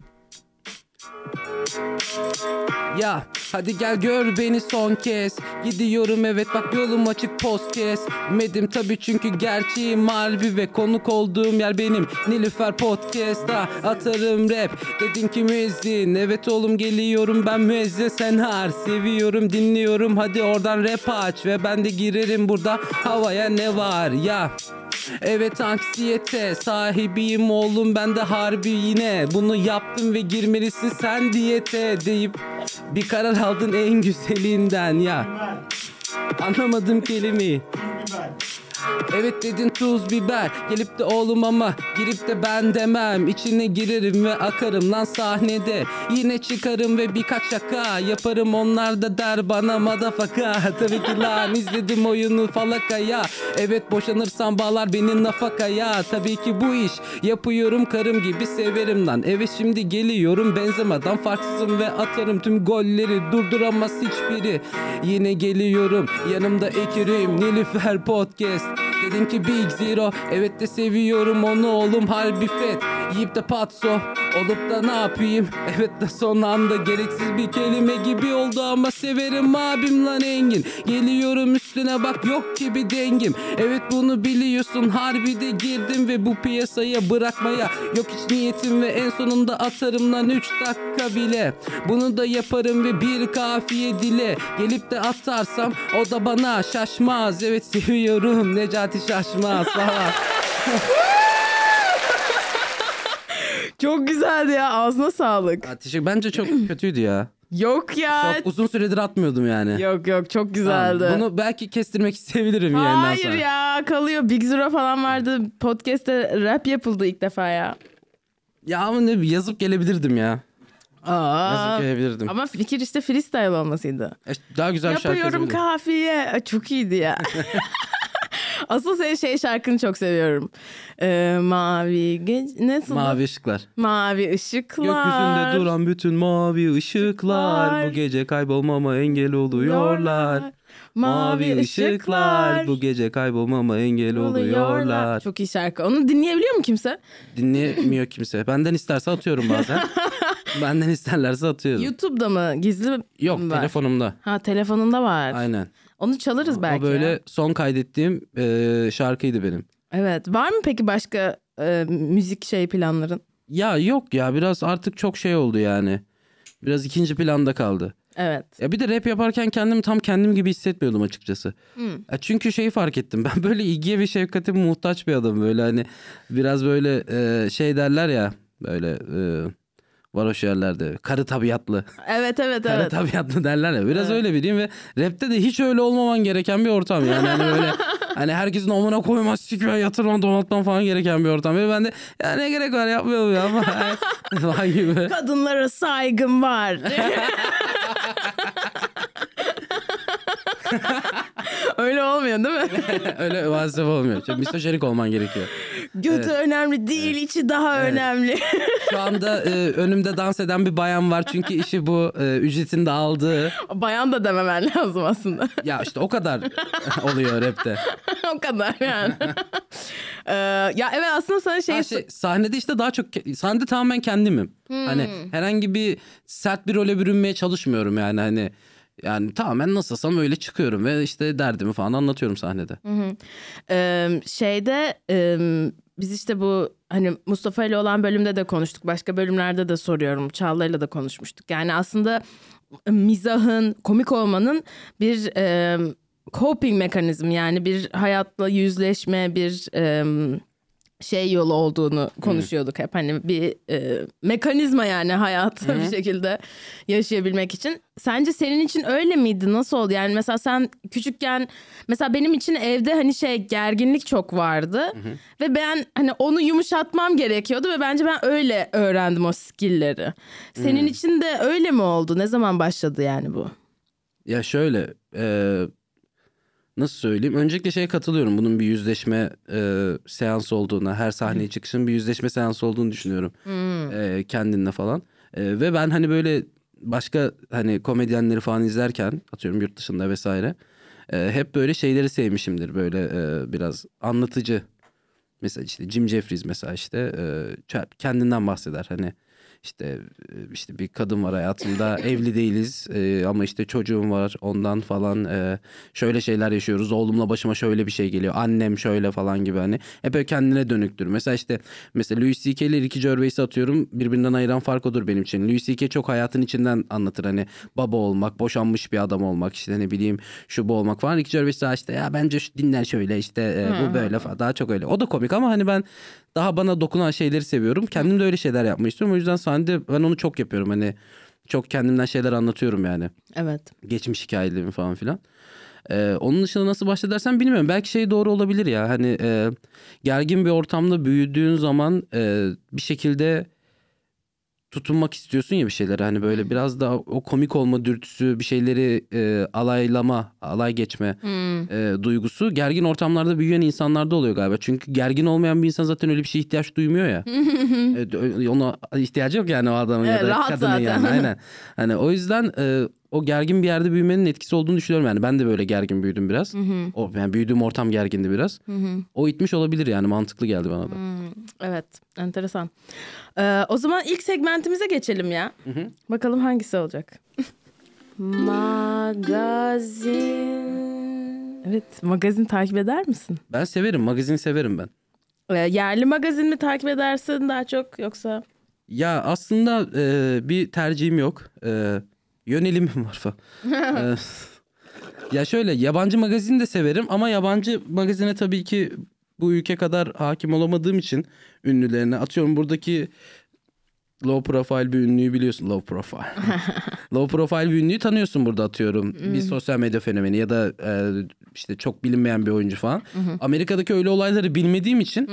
Speaker 3: Ya hadi gel gör beni son kez Gidiyorum evet bak yolum açık post kes Medim tabi çünkü gerçeğim harbi ve konuk olduğum yer benim Nilüfer Podcast'a atarım rap Dedin ki müezzin evet oğlum geliyorum ben müezzin sen har Seviyorum dinliyorum hadi oradan rap aç Ve ben de girerim burada havaya ne var ya Evet anksiyete sahibiyim oğlum ben de harbi yine Bunu yaptım ve girmelisin sen diyete deyip Bir karar aldın en güzelinden ya Anlamadım kelimeyi Evet dedin tuz biber Gelip de oğlum ama girip de ben demem İçine girerim ve akarım lan sahnede Yine çıkarım ve birkaç şaka Yaparım onlar da der bana madafaka Tabii ki lan izledim oyunu falakaya Evet boşanırsam bağlar beni nafakaya Tabii ki bu iş yapıyorum karım gibi severim lan Eve şimdi geliyorum benzemeden farksızım ve atarım tüm golleri Durduramaz hiçbiri Yine geliyorum yanımda ekirim Nilüfer Podcast Dedim ki Big Zero Evet de seviyorum onu oğlum harbi fet Yiyip de patso Olup da ne yapayım Evet de son anda gereksiz bir kelime gibi oldu Ama severim abim lan Engin Geliyorum üstüne bak yok ki bir dengim Evet bunu biliyorsun harbi de girdim Ve bu piyasaya bırakmaya Yok hiç niyetim ve en sonunda atarım lan 3 dakika bile Bunu da yaparım ve bir kafiye dile Gelip de atarsam o da bana şaşmaz Evet seviyorum Necati şaşmaz falan
Speaker 2: Çok güzeldi ya ağzına sağlık.
Speaker 3: Ya teşekkür- Bence çok kötüydü ya
Speaker 2: Yok ya.
Speaker 3: Çok uzun süredir atmıyordum yani
Speaker 2: Yok yok çok
Speaker 3: Tamam,
Speaker 2: güzeldi.
Speaker 3: Bunu belki kestirmek isteyebilirim yayından
Speaker 2: Hayır
Speaker 3: sonra
Speaker 2: ya kalıyor. Big Zero falan vardı. Podcast'te rap yapıldı ilk defa ya.
Speaker 3: Ya ama ne bir yazıp gelebilirdim ya Yazıp
Speaker 2: Aa.
Speaker 3: gelebilirdim
Speaker 2: Ama fikir işte freestyle olmasıydı.
Speaker 3: E, Daha güzel şarkı
Speaker 2: Yapıyorum
Speaker 3: yazabilirdim
Speaker 2: kafiye. Ay, Çok iyiydi ya. Asıl senin şey şarkını çok seviyorum. Ee, mavi gece... Nasıl?
Speaker 3: Mavi ışıklar.
Speaker 2: Mavi ışıklar.
Speaker 3: Gökyüzünde duran bütün mavi ışıklar
Speaker 2: Işıklar.
Speaker 3: bu gece kaybolmama engel oluyorlar. Mavi ışıklar bu gece kaybolmama engel oluyorlar.
Speaker 2: Çok iyi şarkı. Onu dinleyebiliyor mu kimse?
Speaker 3: Dinlemiyor kimse. Benden isterse atıyorum bazen. Benden isterlerse atıyorum.
Speaker 2: YouTube'da mı? Gizli mi?
Speaker 3: Yok
Speaker 2: var?
Speaker 3: telefonumda.
Speaker 2: Ha telefonunda var.
Speaker 3: Aynen.
Speaker 2: Onu çalarız belki.
Speaker 3: o böyle
Speaker 2: ya.
Speaker 3: son kaydettiğim e, şarkıydı benim.
Speaker 2: Evet. Var mı peki başka e, müzik şey planların?
Speaker 3: Ya yok ya biraz artık çok şey oldu yani. Biraz ikinci planda kaldı.
Speaker 2: Evet.
Speaker 3: Ya bir de rap yaparken kendimi tam kendim gibi hissetmiyordum açıkçası. Ya çünkü şeyi fark ettim. Ben böyle ilgiye ve şefkate muhtaç bir adam böyle hani biraz böyle e, şey derler ya böyle e, varoş yerlerde karı tabiatlı.
Speaker 2: Evet evet
Speaker 3: Kara
Speaker 2: evet.
Speaker 3: tabiatlı derler ya. Biraz öyle biriyim ve rapte de hiç öyle olmaman gereken bir ortam. Yani hani böyle hani herkesin omuna koyma, sikme, yatırma, donatma falan gereken bir ortam. Ve ben de ya ne gerek var yapmıyorum ya falan gibi.
Speaker 2: Kadınlara saygım var. Öyle olmuyor değil mi?
Speaker 3: öyle maalesef olmuyor. Çok misojenik olman gerekiyor.
Speaker 2: Götü önemli değil, içi daha önemli.
Speaker 3: Şu anda e, önümde dans eden bir bayan var. Çünkü işi bu. E, ücretini de aldığı.
Speaker 2: Bayan da dememen lazım aslında.
Speaker 3: Ya işte o kadar oluyor rapte.
Speaker 2: o kadar yani. Ee, ya evet aslında sana şey...
Speaker 3: Ha şey, sahnede işte daha çok ke- sahnede tamamen kendimim. Hani herhangi bir sert bir role bürünmeye çalışmıyorum yani hani yani tamamen nasılsam öyle çıkıyorum ve işte derdimi falan anlatıyorum sahnede.
Speaker 2: Ee, şeyde e, biz işte bu hani Mustafa ile olan bölümde de konuştuk. Başka bölümlerde de soruyorum. Çağla'yla da konuşmuştuk. Yani aslında mizahın, komik olmanın bir e, coping mekanizmi yani bir hayatla yüzleşme, bir e, şey yolu olduğunu konuşuyorduk hep hani bir e, mekanizma yani hayatı bir şekilde yaşayabilmek için. Sence senin için öyle miydi? Nasıl oldu? Yani mesela sen küçükken mesela benim için evde hani şey gerginlik çok vardı ve ben hani onu yumuşatmam gerekiyordu ve bence ben öyle öğrendim o skill'leri. Senin için de öyle mi oldu? Ne zaman başladı yani bu?
Speaker 3: Ya şöyle e, nasıl söyleyeyim? Öncelikle şeye katılıyorum bunun bir yüzleşme e, seansı olduğuna, her sahneye çıkışın bir yüzleşme seansı olduğunu düşünüyorum E, kendinle falan. E, ve ben hani böyle başka hani komedyenleri falan izlerken atıyorum yurt dışında vesaire e, hep böyle şeyleri sevmişimdir böyle e, biraz anlatıcı. Mesela işte Jim Jeffries mesela işte e, ç- kendinden bahseder hani işte e, işte bir kadın var hayatımda evli değiliz e, ama işte çocuğum var ondan falan e, şöyle şeyler yaşıyoruz oğlumla başıma şöyle bir şey geliyor annem şöyle falan gibi hani hep böyle kendine dönüktür. Mesela işte mesela Louis C.K. ile Ricky Gervais'i atıyorum birbirinden ayıran fark odur benim için. Louis C.K. çok hayatın içinden anlatır hani baba olmak boşanmış bir adam olmak işte ne bileyim şu bu olmak falan. Ricky Gervais daha işte ya bence şu dinler şöyle işte e, bu böyle falan daha çok öyle. O da komik ama hani ben daha bana dokunan şeyleri seviyorum. Kendim de öyle şeyler yapmayı istiyorum. O yüzden sahnede ben onu çok yapıyorum hani çok kendimden şeyler anlatıyorum yani
Speaker 2: Evet.
Speaker 3: geçmiş hikayelerimi falan filan. Ee, onun dışında nasıl başladı dersen bilmiyorum. Belki şey doğru olabilir ya. Hani e, gergin bir ortamda büyüdüğün zaman e, bir şekilde tutunmak istiyorsun ya bir şeylere. Hani böyle biraz daha o komik olma dürtüsü, bir şeyleri e, alaylama, alay geçme
Speaker 2: Hmm.
Speaker 3: e, duygusu gergin ortamlarda büyüyen insanlarda oluyor galiba. Çünkü gergin olmayan bir insan zaten öyle bir şeye ihtiyaç duymuyor ya. Evet, E, ö- ona ihtiyacı yok yani o adamın
Speaker 2: Evet,
Speaker 3: ya da
Speaker 2: rahat
Speaker 3: kadının
Speaker 2: zaten.
Speaker 3: yani. Aynen. Hani o yüzden e, o gergin bir yerde büyümenin etkisi olduğunu düşünüyorum yani. Ben de böyle gergin büyüdüm biraz. O yani büyüdüğüm ortam gergindi biraz. O itmiş olabilir yani mantıklı geldi bana da.
Speaker 2: Evet, enteresan. Ee, o zaman ilk segmentimize geçelim ya. Bakalım hangisi olacak?
Speaker 1: Magazin.
Speaker 2: Evet, magazin takip eder misin?
Speaker 3: Ben severim, magazin severim ben.
Speaker 2: Ee, yerli magazin mi takip edersin daha çok yoksa?
Speaker 3: Ya aslında e, bir tercihim yok. E, yönelimim var falan. E, ya şöyle yabancı magazin de severim ama yabancı magazine tabii ki bu ülke kadar hakim olamadığım için ünlülerine atıyorum buradaki low profile bir ünlüyü biliyorsun low profile. low profile bir ünlüyü tanıyorsun burada atıyorum. Bir sosyal medya fenomeni ya da e, işte çok bilinmeyen bir oyuncu falan. Amerika'daki öyle olayları bilmediğim için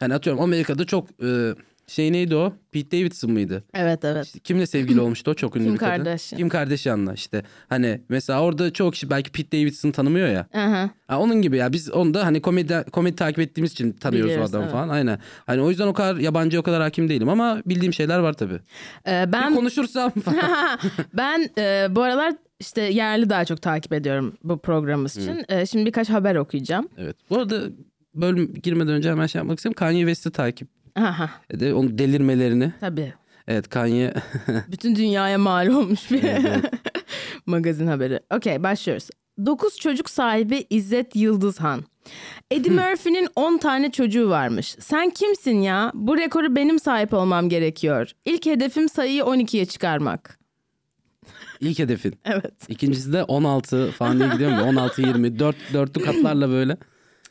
Speaker 3: hani atıyorum Amerika'da çok e, Şey neydi o? Pete Davidson mıydı?
Speaker 2: Evet evet.
Speaker 3: İşte kimle sevgili olmuştu o çok ünlü
Speaker 2: Kim
Speaker 3: bir kadın.
Speaker 2: Kardashian.
Speaker 3: Kim Kardashian'la işte. Hani mesela orada çok kişi belki Pete Davidson'ı tanımıyor ya.
Speaker 2: Aha.
Speaker 3: Ha, onun gibi ya biz onu da hani komedi komedi takip ettiğimiz için tanıyoruz
Speaker 2: Biliyoruz,
Speaker 3: o adamı
Speaker 2: evet.
Speaker 3: falan. Aynen. Hani o yüzden o kadar yabancı o kadar hakim değilim ama bildiğim şeyler var tabii.
Speaker 2: Ee,
Speaker 3: Bir
Speaker 2: ben
Speaker 3: konuşursam falan.
Speaker 2: ben e, bu aralar işte yerli daha çok takip ediyorum bu programımız için. E, şimdi birkaç haber okuyacağım.
Speaker 3: evet. Bu arada bölüm girmeden önce hemen şey yapmak istiyorum. Kanye West'i takip
Speaker 2: Aha,
Speaker 3: de onun delirmelerini.
Speaker 2: tabii.
Speaker 3: Evet Kanye
Speaker 2: Bütün dünyaya mal olmuş bir magazin haberi. Okey başlıyoruz. 9 çocuk sahibi İzzet Yıldızhan. Eddie Murphy'nin 10 tane çocuğu varmış. Sen kimsin ya? Bu rekoru benim sahip olmam gerekiyor. İlk hedefim sayıyı 12'ye çıkarmak.
Speaker 3: ilk hedefin.
Speaker 2: Evet.
Speaker 3: İkincisi de 16 falan diye gidiyor mu? 16 20 4 dörtlü katlarla böyle.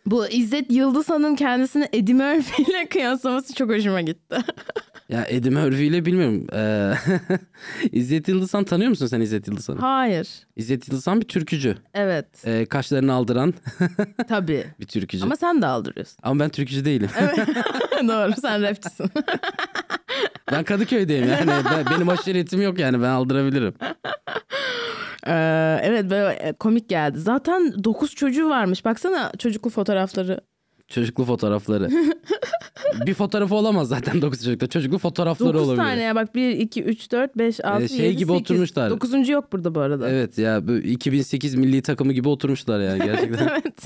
Speaker 2: Bu İzzet Yıldızhan'ın kendisini Eddie Murphy ile kıyaslaması çok hoşuma gitti.
Speaker 3: Ya Eddie Murphy ile bilmiyorum. Ee, İzzet Yıldızhan tanıyor musun sen İzzet Yıldızhan'ı?
Speaker 2: Hayır.
Speaker 3: İzzet Yıldızhan bir türkücü.
Speaker 2: Evet.
Speaker 3: Ee, kaşlarını aldıran
Speaker 2: Tabii.
Speaker 3: bir türkücü. Ama,
Speaker 2: Ama sen de aldırıyorsun.
Speaker 3: ben türkücü değilim.
Speaker 2: Doğru sen rapçisin.
Speaker 3: ben Kadıköy'deyim yani. Ben- benim aşiretim yok yani ben aldırabilirim.
Speaker 2: Ee, evet böyle e, komik geldi. Zaten 9 çocuğu varmış. Baksana çocuklu fotoğrafları.
Speaker 3: Çocuklu fotoğrafları. bir fotoğrafı olamaz zaten 9 çocukta. Çocuklu fotoğrafları
Speaker 2: 9
Speaker 3: olabilir.
Speaker 2: tane ya bak 1, 2, 3, 4, 5, 6,
Speaker 3: şey
Speaker 2: 7,
Speaker 3: gibi
Speaker 2: 8.
Speaker 3: oturmuşlar.
Speaker 2: 9. yok burada bu arada.
Speaker 3: Evet ya bu 2008 milli takımı gibi oturmuşlar yani gerçekten.
Speaker 2: Evet.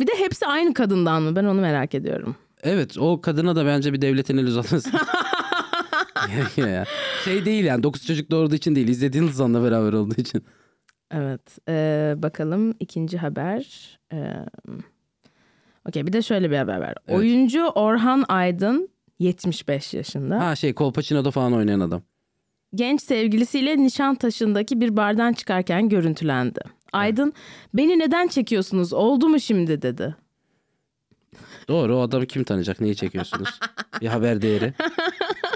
Speaker 2: bir de hepsi aynı kadından mı? Ben onu merak ediyorum.
Speaker 3: evet o kadına da bence bir devletin el uzatması. Ya, ya. şey değil yani 9 çocuk doğurduğu için değil. İzlediğiniz zanla beraber olduğu için.
Speaker 2: Evet. ee, bakalım ikinci haber. Ee, Okey bir de şöyle bir haber var.
Speaker 3: Evet.
Speaker 2: Oyuncu Orhan Aydın 75 yaşında.
Speaker 3: Ha şey Kolpaçino'da falan oynayan adam.
Speaker 2: genç sevgilisiyle Nişantaşı'ndaki bir bardan çıkarken görüntülendi. Aydın beni neden çekiyorsunuz oldu mu şimdi dedi.
Speaker 3: Doğru o adamı kim tanıyacak? Neyi çekiyorsunuz? bir haber değeri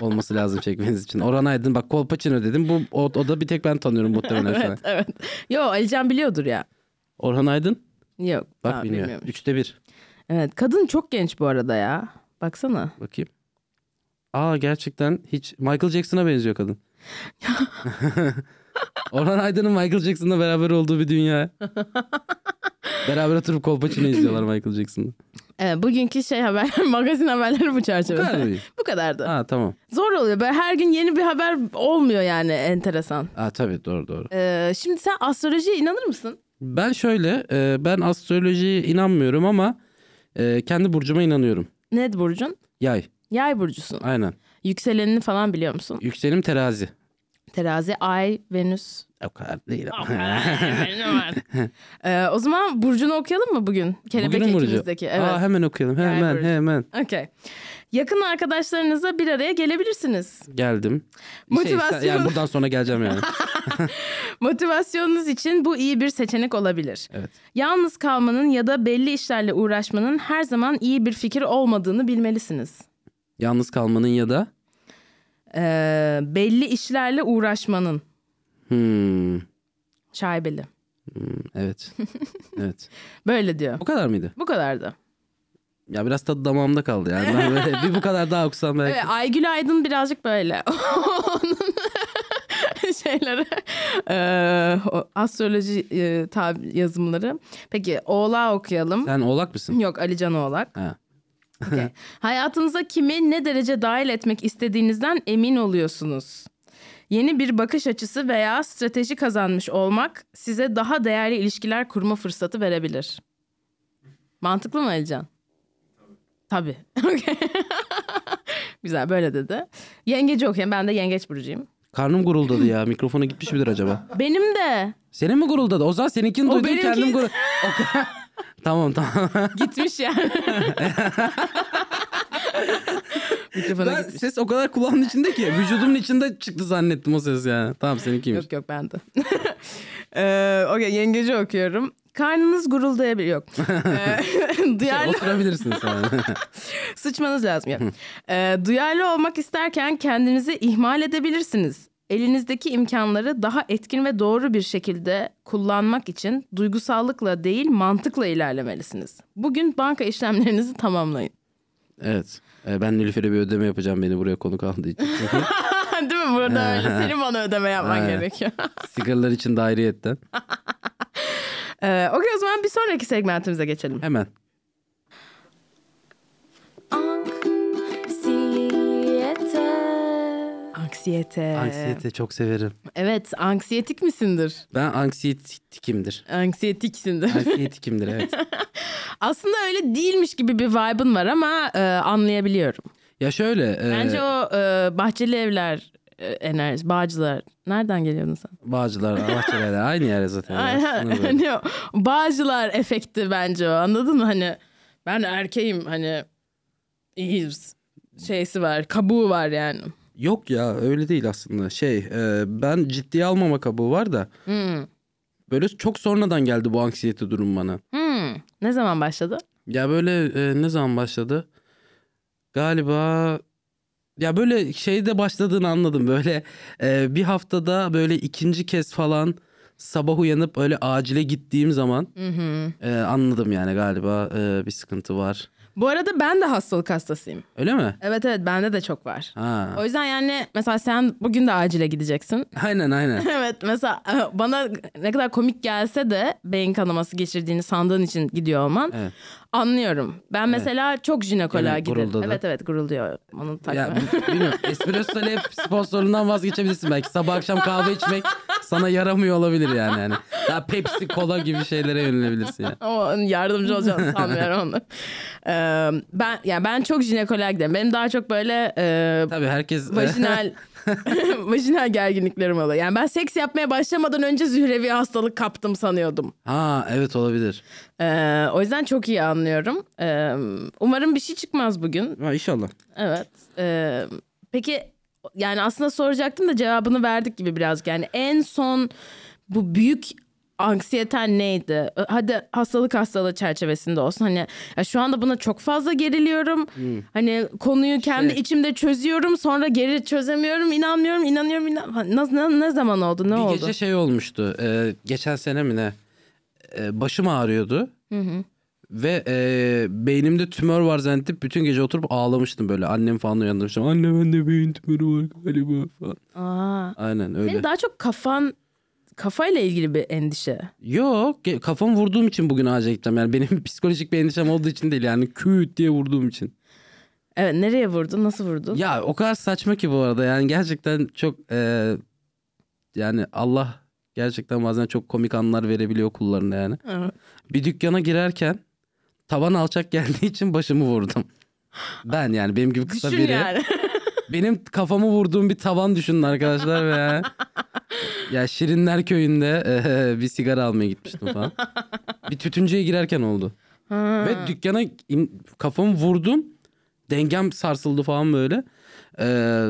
Speaker 3: olması lazım çekmeniz için. Orhan Aydın bak Kolpaçino dedim. Bu o, o da bir tek ben tanıyorum muhtemelen şu an.
Speaker 2: Evet. Yo Alican biliyordur ya.
Speaker 3: Orhan Aydın
Speaker 2: Yok.
Speaker 3: bak
Speaker 2: ha,
Speaker 3: bilmiyor.
Speaker 2: bilmiyormuş.
Speaker 3: Üçte bir.
Speaker 2: Evet kadın çok genç bu arada ya. Baksana.
Speaker 3: Bakayım. Aa gerçekten hiç Michael Jackson'a benziyor kadın. Orhan Aydın'ın Michael Jackson'la beraber olduğu bir dünya. beraber oturup Kolpaçino izliyorlar Michael Jackson'la.
Speaker 2: Evet, bugünkü şey haber magazin haberleri bu çerçevede.
Speaker 3: kadar mı?
Speaker 2: bu kadardı.
Speaker 3: Aa tamam.
Speaker 2: Zor oluyor böyle her gün yeni bir haber olmuyor yani enteresan.
Speaker 3: Aa tabii doğru doğru.
Speaker 2: Ee, şimdi sen astrolojiye inanır mısın?
Speaker 3: Ben şöyle e, ben astrolojiye inanmıyorum ama e, kendi burcuma inanıyorum.
Speaker 2: Ne burcun?
Speaker 3: Yay
Speaker 2: Yay burcusun.
Speaker 3: aynen.
Speaker 2: Yükselenini falan biliyor musun?
Speaker 3: Yükselim terazi.
Speaker 2: Terazi, Ay, Venüs.
Speaker 3: O kadar değil ama.
Speaker 2: Ee, o zaman burcunu okuyalım mı bugün? Kelebek
Speaker 3: Bugünün burcu.
Speaker 2: ikimizdeki. Evet.
Speaker 3: Aa, hemen okuyalım hemen
Speaker 2: burcu.
Speaker 3: hemen.
Speaker 2: Okey. Yakın arkadaşlarınızla bir araya gelebilirsiniz.
Speaker 3: Geldim.
Speaker 2: Motivasyon.
Speaker 3: Şey, yani buradan sonra geleceğim yani.
Speaker 2: Motivasyonunuz için bu iyi bir seçenek olabilir.
Speaker 3: Evet.
Speaker 2: Yalnız kalmanın ya da belli işlerle uğraşmanın her zaman iyi bir fikir olmadığını bilmelisiniz.
Speaker 3: Yalnız kalmanın ya da
Speaker 2: Ee, belli işlerle uğraşmanın
Speaker 3: Hmm,
Speaker 2: şaibeli.
Speaker 3: evet. evet.
Speaker 2: Böyle diyor.
Speaker 3: Bu kadar mıydı?
Speaker 2: Bu kadardı.
Speaker 3: Ya biraz tadı damağımda kaldı yani. Ben böyle bir bu kadar daha okusam belki.
Speaker 2: Evet, Aygül Aydın birazcık böyle. Onun şeyleri ee, o astroloji e, tab- yazımları. Peki Oğlağı okuyalım.
Speaker 3: Sen oğlak mısın?
Speaker 2: Yok Alican Oğlak.
Speaker 3: Ha.
Speaker 2: Okey. Hayatınıza kimi ne derece dahil etmek istediğinizden emin oluyorsunuz. Yeni bir bakış açısı veya strateji kazanmış olmak size daha değerli ilişkiler kurma fırsatı verebilir. Mantıklı mı Alican? Tabii. Okey. Güzel böyle dedi. Yengeci okuyayım. Ben de yengeç burcuyum.
Speaker 3: Karnım guruldadı ya. Mikrofona gitmiş midir acaba?
Speaker 2: Benim de.
Speaker 3: Senin mi guruldadı? O zaman seninkini duydum
Speaker 2: benimki-
Speaker 3: kendim gurul... O kadar- tamam tamam.
Speaker 2: Gitmiş yani. Mikrofona
Speaker 3: Ben
Speaker 2: gitmiş.
Speaker 3: ses o kadar kulağımın içinde ki vücudumun içinde çıktı zannettim o ses yani. Tamam seninkiymiş.
Speaker 2: Yok yok ben de. ee, okey yengeci okuyorum. Karnınız guruldayabilir. Yok. Ee, duyarlı
Speaker 3: Oturabilirsin sen.
Speaker 2: sıçmanız lazım. Yok. Ee, duyarlı olmak isterken kendinizi ihmal edebilirsiniz. Elinizdeki imkanları daha etkin ve doğru bir şekilde kullanmak için duygusallıkla değil mantıkla ilerlemelisiniz. Bugün banka işlemlerinizi tamamlayın.
Speaker 3: Evet. Ee, ben Nilüfer'e bir ödeme yapacağım beni buraya konuk aldığı için. Çünkü
Speaker 2: Değil mi? Burada öyle senin bana ödeme yapman
Speaker 3: Ha.
Speaker 2: gerekiyor.
Speaker 3: sigaralar için dairiyetten.
Speaker 2: Ee, okey o zaman bir sonraki segmentimize geçelim.
Speaker 3: Hemen.
Speaker 1: Anksiyete.
Speaker 2: Anksiyete.
Speaker 3: Anksiyete çok severim.
Speaker 2: Evet anksiyetik misindir?
Speaker 3: Ben anksiyetikimdir.
Speaker 2: Anksiyetiksindir.
Speaker 3: Anksiyetikimdir evet.
Speaker 2: Aslında öyle değilmiş gibi bir vibe'ın var ama e, anlayabiliyorum.
Speaker 3: Ya şöyle. e,
Speaker 2: Bence o e, bahçeli evler e, enerjisi, bağcılar. Nereden geliyordun sen?
Speaker 3: Bağcılar, Alaçatı'da aynı yer zaten. ya.
Speaker 2: Aynen.
Speaker 3: Sınır böyle.
Speaker 2: Hani o bağcılar efekti bence o anladın mı? Hani ben erkeğim hani iyiyiz şeysi var kabuğu var yani.
Speaker 3: Yok ya öyle değil aslında. Şey e, ben ciddiye almama kabuğu var da.
Speaker 2: Hmm.
Speaker 3: Böyle çok sonradan geldi bu anksiyete durum bana.
Speaker 2: Hmm. Ne zaman başladı?
Speaker 3: Ya böyle e, ne zaman başladı? Galiba ya böyle şeyde başladığını anladım. Böyle e, bir haftada böyle ikinci kez falan sabah uyanıp öyle acile gittiğim zaman e, anladım yani galiba e, bir sıkıntı var.
Speaker 2: Bu arada ben de hastalık hastasıyım.
Speaker 3: Öyle mi?
Speaker 2: Evet evet bende de çok var.
Speaker 3: Ha.
Speaker 2: O yüzden yani mesela sen bugün de acile gideceksin.
Speaker 3: Aynen aynen.
Speaker 2: evet mesela e, bana ne kadar komik gelse de beyin kanaması geçirdiğini sandığın için gidiyor olman.
Speaker 3: Evet.
Speaker 2: Anlıyorum. Ben mesela çok jinekoloğa
Speaker 3: Yine
Speaker 2: giderim.
Speaker 3: guruldadı.
Speaker 2: Evet evet guruluyor. Onun
Speaker 3: Ya
Speaker 2: takma.
Speaker 3: bu- bilmiyorum. Espresso ile hep sponsorundan vazgeçebilirsin belki. Sabah akşam kahve içmek sana yaramıyor olabilir yani. yani. Daha Pepsi, kola gibi şeylere yönelebilirsin yani.
Speaker 2: Ama yardımcı olacağını sanmıyorum onu. Ee, ben yani ben çok jinekoloğa giderim. Benim daha çok böyle e,
Speaker 3: Tabii herkes...
Speaker 2: vajinal vajinal gerginliklerim oluyor. Yani ben seks yapmaya başlamadan önce zührevi hastalık kaptım sanıyordum.
Speaker 3: ha evet olabilir.
Speaker 2: Ee, o yüzden çok iyi anlıyorum. Ee, umarım bir şey çıkmaz bugün.
Speaker 3: Ha, inşallah.
Speaker 2: Evet. Ee, peki yani aslında soracaktım da cevabını verdik gibi birazcık. Yani en son bu büyük anksiyeten neydi? Hadi hastalık hastalığı çerçevesinde olsun. Hani ya şu anda buna çok fazla geriliyorum.
Speaker 3: Hmm.
Speaker 2: Hani konuyu
Speaker 3: Şey-
Speaker 2: kendi içimde çözüyorum. Sonra geri çözemiyorum. inanmıyorum, inanıyorum. inan- Ha, Nasıl ne, ne zaman oldu? Ne
Speaker 3: bir
Speaker 2: oldu?
Speaker 3: gece şey olmuştu. e, geçen sene mi ne? E, başım ağrıyordu. Ve e, beynimde tümör var zannedip bütün gece oturup ağlamıştım böyle. Annem falan uyandırmıştım. Anne bende beyin tümörü var galiba falan.
Speaker 2: Aa.
Speaker 3: Aynen
Speaker 2: Senin
Speaker 3: öyle.
Speaker 2: daha çok kafan kafayla ilgili bir endişe.
Speaker 3: Yok ge- kafamı vurduğum için bugün ağaca gittim. Yani benim psikolojik bir endişem olduğu için değil yani küt diye vurduğum için.
Speaker 2: Evet, nereye vurdun? Nasıl vurdun?
Speaker 3: Ya o kadar saçma ki bu arada yani gerçekten çok e, yani Allah gerçekten bazen çok komik anlar verebiliyor kullarına yani.
Speaker 2: Evet.
Speaker 3: Bir dükkana girerken tavan alçak geldiği için başımı vurdum. Ben yani benim gibi kısa
Speaker 2: Düşün
Speaker 3: biri.
Speaker 2: yani.
Speaker 3: Benim kafamı vurduğum bir tavan düşünün arkadaşlar ve yani- ya Şirinler köyünde e, bir sigara almaya gitmiştim falan. Bir tütüncüye girerken oldu.
Speaker 2: Ha.
Speaker 3: Ve dükkana in- kafamı vurdum. Dengem sarsıldı falan böyle. Ee,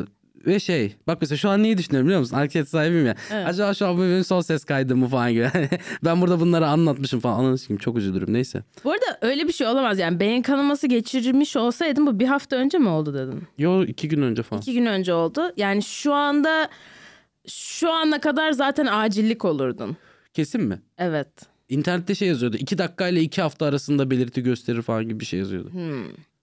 Speaker 3: ve şey bak mesela şu an neyi düşünüyorum biliyor musun? Anket sahibim ya. Acaba şu an bu benim son ses kaydı mı falan gibi. ben burada bunları anlatmışım falan. Ananı sikeyim çok üzülürüm neyse.
Speaker 2: Bu arada öyle bir şey olamaz yani beyin kanaması geçirmiş olsaydın bu bir hafta önce mi oldu dedin?
Speaker 3: Yo iki gün önce falan.
Speaker 2: İki gün önce oldu. Yani şu anda şu ana kadar zaten acillik olurdun.
Speaker 3: Kesin mi?
Speaker 2: Evet.
Speaker 3: İnternette şey yazıyordu. iki dakika ile iki hafta arasında belirti gösterir falan gibi bir şey yazıyordu.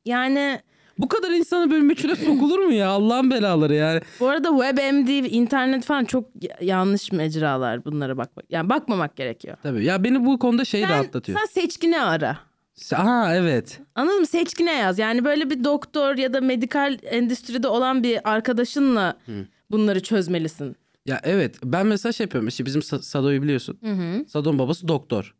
Speaker 2: Yani
Speaker 3: Bu kadar insanı böyle meçhule sokulur mu ya? Allah'ın belaları yani.
Speaker 2: bu arada WebMD, internet falan çok y- yanlış mecralar bunlara bakmak. Yani bakmamak gerekiyor.
Speaker 3: Tabii ya beni bu konuda şey
Speaker 2: Sen,
Speaker 3: rahatlatıyor.
Speaker 2: sen seçkine ara.
Speaker 3: Ha evet.
Speaker 2: Anladın mı? Seçkine yaz. Yani böyle bir doktor ya da medikal endüstride olan bir arkadaşınla bunları çözmelisin.
Speaker 3: Ya evet ben mesela şey yapıyorum işte bizim Sa- Sado'yu biliyorsun. Sado'nun babası doktor.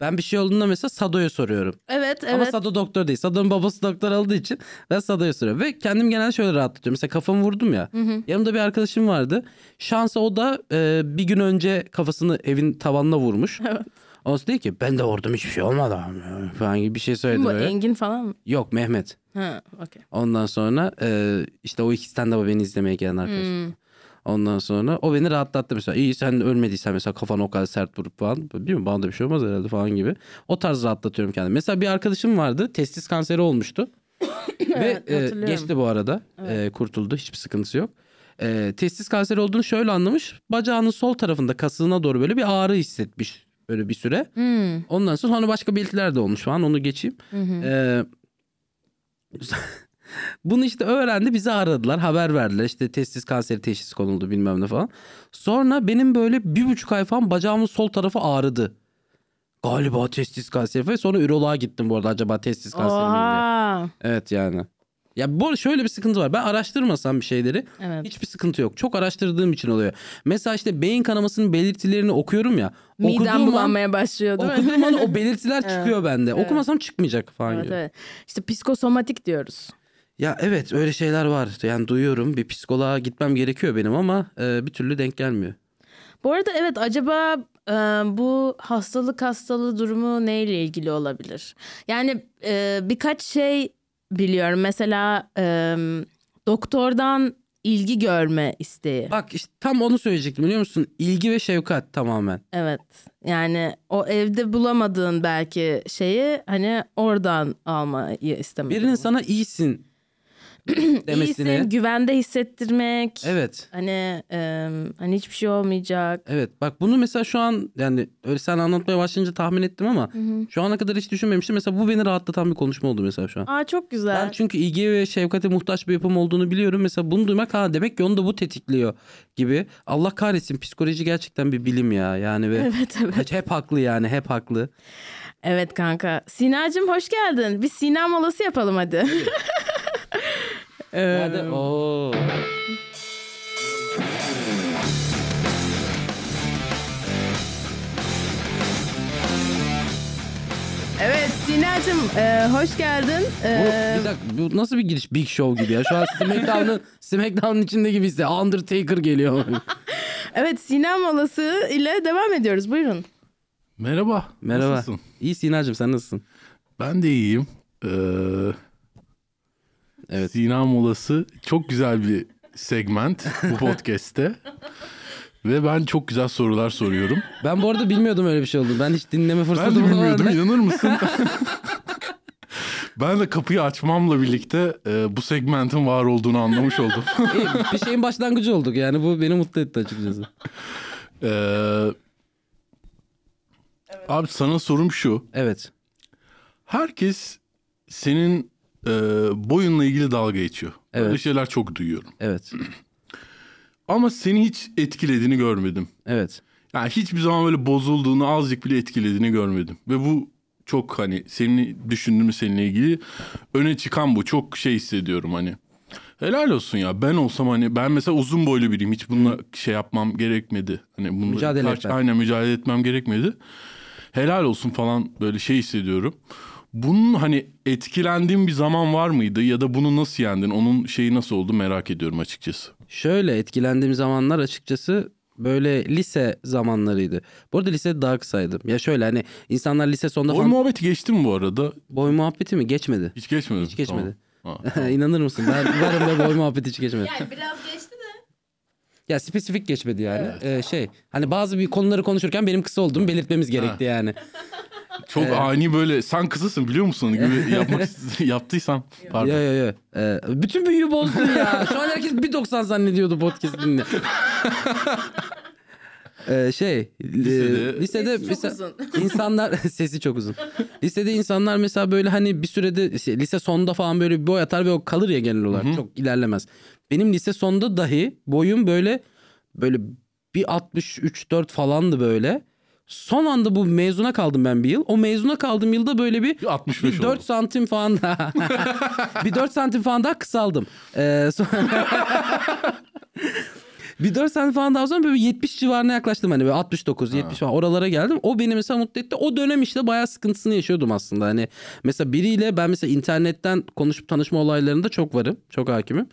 Speaker 3: Ben bir şey olduğunda mesela Sado'ya soruyorum.
Speaker 2: Evet,
Speaker 3: Ama
Speaker 2: evet.
Speaker 3: Sado doktor değil. Sado'nun babası doktor olduğu için ben Sado'ya soruyorum. Ve kendim genelde şöyle rahatlatıyorum. Mesela kafamı vurdum ya. Yanımda bir arkadaşım vardı. Şansa o da e, bir gün önce kafasını evin tavanına vurmuş. Evet. Ondan diyor ki ben de vurdum hiçbir şey olmadı abi," falan gibi bir şey söyledi
Speaker 2: Bu
Speaker 3: böyle.
Speaker 2: Engin falan mı?
Speaker 3: Yok Mehmet.
Speaker 2: Ha, okey.
Speaker 3: Ondan sonra e, işte o iki stand-up'a beni izlemeye gelen arkadaş. Ondan sonra o beni rahatlattı mesela. İyi sen ölmediysen mesela kafana o kadar sert vurup falan. Değil mi? Bana da bir şey olmaz herhalde falan gibi. O tarz rahatlatıyorum kendimi. Mesela bir arkadaşım vardı. Testis kanseri olmuştu. Ve e,
Speaker 2: hatırlıyorum.
Speaker 3: geçti bu arada. E, kurtuldu. Hiçbir sıkıntısı yok. E, testis kanseri olduğunu şöyle anlamış. Bacağının sol tarafında kasığına doğru böyle bir ağrı hissetmiş. Böyle bir süre.
Speaker 2: Hmm.
Speaker 3: Ondan sonra sonra başka belirtiler de olmuş falan. Onu geçeyim. E, Ee, Bunu işte öğrendi bizi aradılar haber verdiler işte testis kanseri teşhisi konuldu bilmem ne falan. Sonra benim böyle bir buçuk ay falan bacağımın sol tarafı ağrıdı. Galiba testis kanseri falan. Sonra üroloğa gittim bu arada acaba testis kanseri miyim diye.
Speaker 2: Oha.
Speaker 3: Evet yani. Ya bu arada şöyle bir sıkıntı var. Ben araştırmasam bir şeyleri
Speaker 2: Evet.
Speaker 3: hiçbir sıkıntı yok. Çok araştırdığım için oluyor. Mesela işte beyin kanamasının belirtilerini okuyorum ya.
Speaker 2: Midem
Speaker 3: okuduğum an,
Speaker 2: bulanmaya başlıyor değil mi?
Speaker 3: okuduğum an o belirtiler çıkıyor bende. Okumasam çıkmayacak falan
Speaker 2: Evet,
Speaker 3: gibi.
Speaker 2: evet. İşte psikosomatik diyoruz.
Speaker 3: Ya evet öyle şeyler var. Yani duyuyorum bir psikoloğa gitmem gerekiyor benim ama e, bir türlü denk gelmiyor.
Speaker 2: Bu arada evet acaba e, bu hastalık hastalığı durumu neyle ilgili olabilir? Yani e, birkaç şey biliyorum. Mesela e, doktordan ilgi görme isteği.
Speaker 3: Bak işte tam onu söyleyecektim biliyor musun? İlgi ve şefkat tamamen.
Speaker 2: Evet. Yani o evde bulamadığın belki şeyi hani oradan almayı istemek.
Speaker 3: Birinin sana iyisin demesini.
Speaker 2: İyisin, güvende hissettirmek.
Speaker 3: Evet.
Speaker 2: Hani e, hani hiçbir şey olmayacak.
Speaker 3: Evet bak bunu mesela şu an yani öyle sen anlatmaya başlayınca tahmin ettim ama şu ana kadar hiç düşünmemiştim. Mesela bu beni rahatlatan bir konuşma oldu mesela şu an.
Speaker 2: Aa çok güzel.
Speaker 3: Ben çünkü ilgi ve şefkate muhtaç bir yapım olduğunu biliyorum. Mesela bunu duymak ha demek ki onu da bu tetikliyor gibi. Allah kahretsin psikoloji gerçekten bir bilim ya yani ve
Speaker 2: Evet evet.
Speaker 3: hep, hep haklı yani hep haklı.
Speaker 2: Evet kanka. Sinacığım hoş geldin. Bir Sina molası yapalım hadi.
Speaker 3: Nerede? Oo.
Speaker 2: evet Sinacığım e, hoş geldin.
Speaker 3: Bu,
Speaker 2: E,
Speaker 3: bir dakika bu nasıl bir giriş Big Show gibi ya. Şu an SmackDown'ın SmackDown'ın içinde gibi hisse. Undertaker geliyor.
Speaker 2: evet Sina molası ile devam ediyoruz. Buyurun.
Speaker 4: Merhaba.
Speaker 3: Merhaba.
Speaker 4: Nasılsın?
Speaker 3: İyi Sinacığım sen nasılsın?
Speaker 4: Ben de iyiyim. Ee,
Speaker 3: Evet.
Speaker 4: Sina Molası çok güzel bir segment bu podcast'te. Ve ben çok güzel sorular soruyorum.
Speaker 3: Ben bu arada bilmiyordum öyle bir şey olduğunu. Ben hiç dinleme fırsatı
Speaker 4: Ben de bilmiyordum
Speaker 3: bulamadım.
Speaker 4: inanır mısın? ben de kapıyı açmamla birlikte e, bu segmentin var olduğunu anlamış oldum.
Speaker 3: İyi, bir şeyin başlangıcı olduk yani bu beni mutlu etti açıkçası.
Speaker 4: Ee, Abi sana sorum şu.
Speaker 3: Evet.
Speaker 4: Herkes senin e, boyunla ilgili dalga geçiyor. Böyle
Speaker 3: Evet.
Speaker 4: şeyler çok duyuyorum.
Speaker 3: Evet.
Speaker 4: Ama seni hiç etkilediğini görmedim.
Speaker 3: Evet.
Speaker 4: Yani hiçbir zaman böyle bozulduğunu azıcık bile etkilediğini görmedim. Ve bu çok hani senin düşündüğümü seninle ilgili öne çıkan bu. Çok şey hissediyorum hani. Helal olsun ya ben olsam hani ben mesela uzun boylu biriyim hiç bununla şey yapmam gerekmedi. Hani bununla
Speaker 3: Mücadele
Speaker 4: karşı-
Speaker 3: etmen.
Speaker 4: Aynen mücadele etmem gerekmedi. Helal olsun falan böyle şey hissediyorum. Bunun hani etkilendiğin bir zaman var mıydı ya da bunu nasıl yendin onun şeyi nasıl oldu merak ediyorum açıkçası.
Speaker 3: Şöyle etkilendiğim zamanlar açıkçası böyle lise zamanlarıydı. Bu arada lisede daha kısaydım. Ya şöyle hani insanlar lise sonunda
Speaker 4: O
Speaker 3: falan
Speaker 4: muhabbeti geçti mi bu arada?
Speaker 3: boy muhabbeti mi geçmedi?
Speaker 4: Hiç geçmedi.
Speaker 3: Hiç geçmedi.
Speaker 4: Tamam. Ha.
Speaker 3: İnanır mısın? Ben varım da boy muhabbeti hiç geçmedi.
Speaker 2: Yani biraz geçti de.
Speaker 3: Ya spesifik geçmedi yani. Ee, şey hani bazı bir konuları konuşurken benim kısa olduğumu belirtmemiz gerekti yani.
Speaker 4: Çok ani böyle sen kızısın biliyor musun gibi yapmak yaptıysam pardon.
Speaker 3: Yo yo yo. Ee, bütün büyüyü bozdun ya. Şu an herkes 1.90 zannediyordu podcast dinle. Ee, şey lisede,
Speaker 4: Lisede-
Speaker 3: lisede
Speaker 2: Sesi çok
Speaker 3: mesela
Speaker 2: uzun.
Speaker 3: insanlar sesi çok uzun. Lisede insanlar mesela böyle hani bir sürede şey, lise sonunda falan böyle bir boy atar ve o kalır ya genel olarak çok ilerlemez. Benim lise sonunda dahi boyum böyle böyle bir 63 4 falandı böyle. Son anda bu mezuna kaldım ben bir yıl. O mezuna kaldığım yılda böyle bir
Speaker 4: Bir 65
Speaker 3: bir 4
Speaker 4: oldu.
Speaker 3: santim falan daha. bir 4 santim falan daha kısaldım. Ee, sonra... bir 4 santim falan daha sonra böyle 70 civarına yaklaştım. Hani böyle 69, 70 falan oralara geldim. O beni mesela mutlu etti. O dönem işte bayağı sıkıntısını yaşıyordum aslında. Hani mesela biriyle ben mesela internetten konuşup tanışma olaylarında çok varım. Çok hakimim.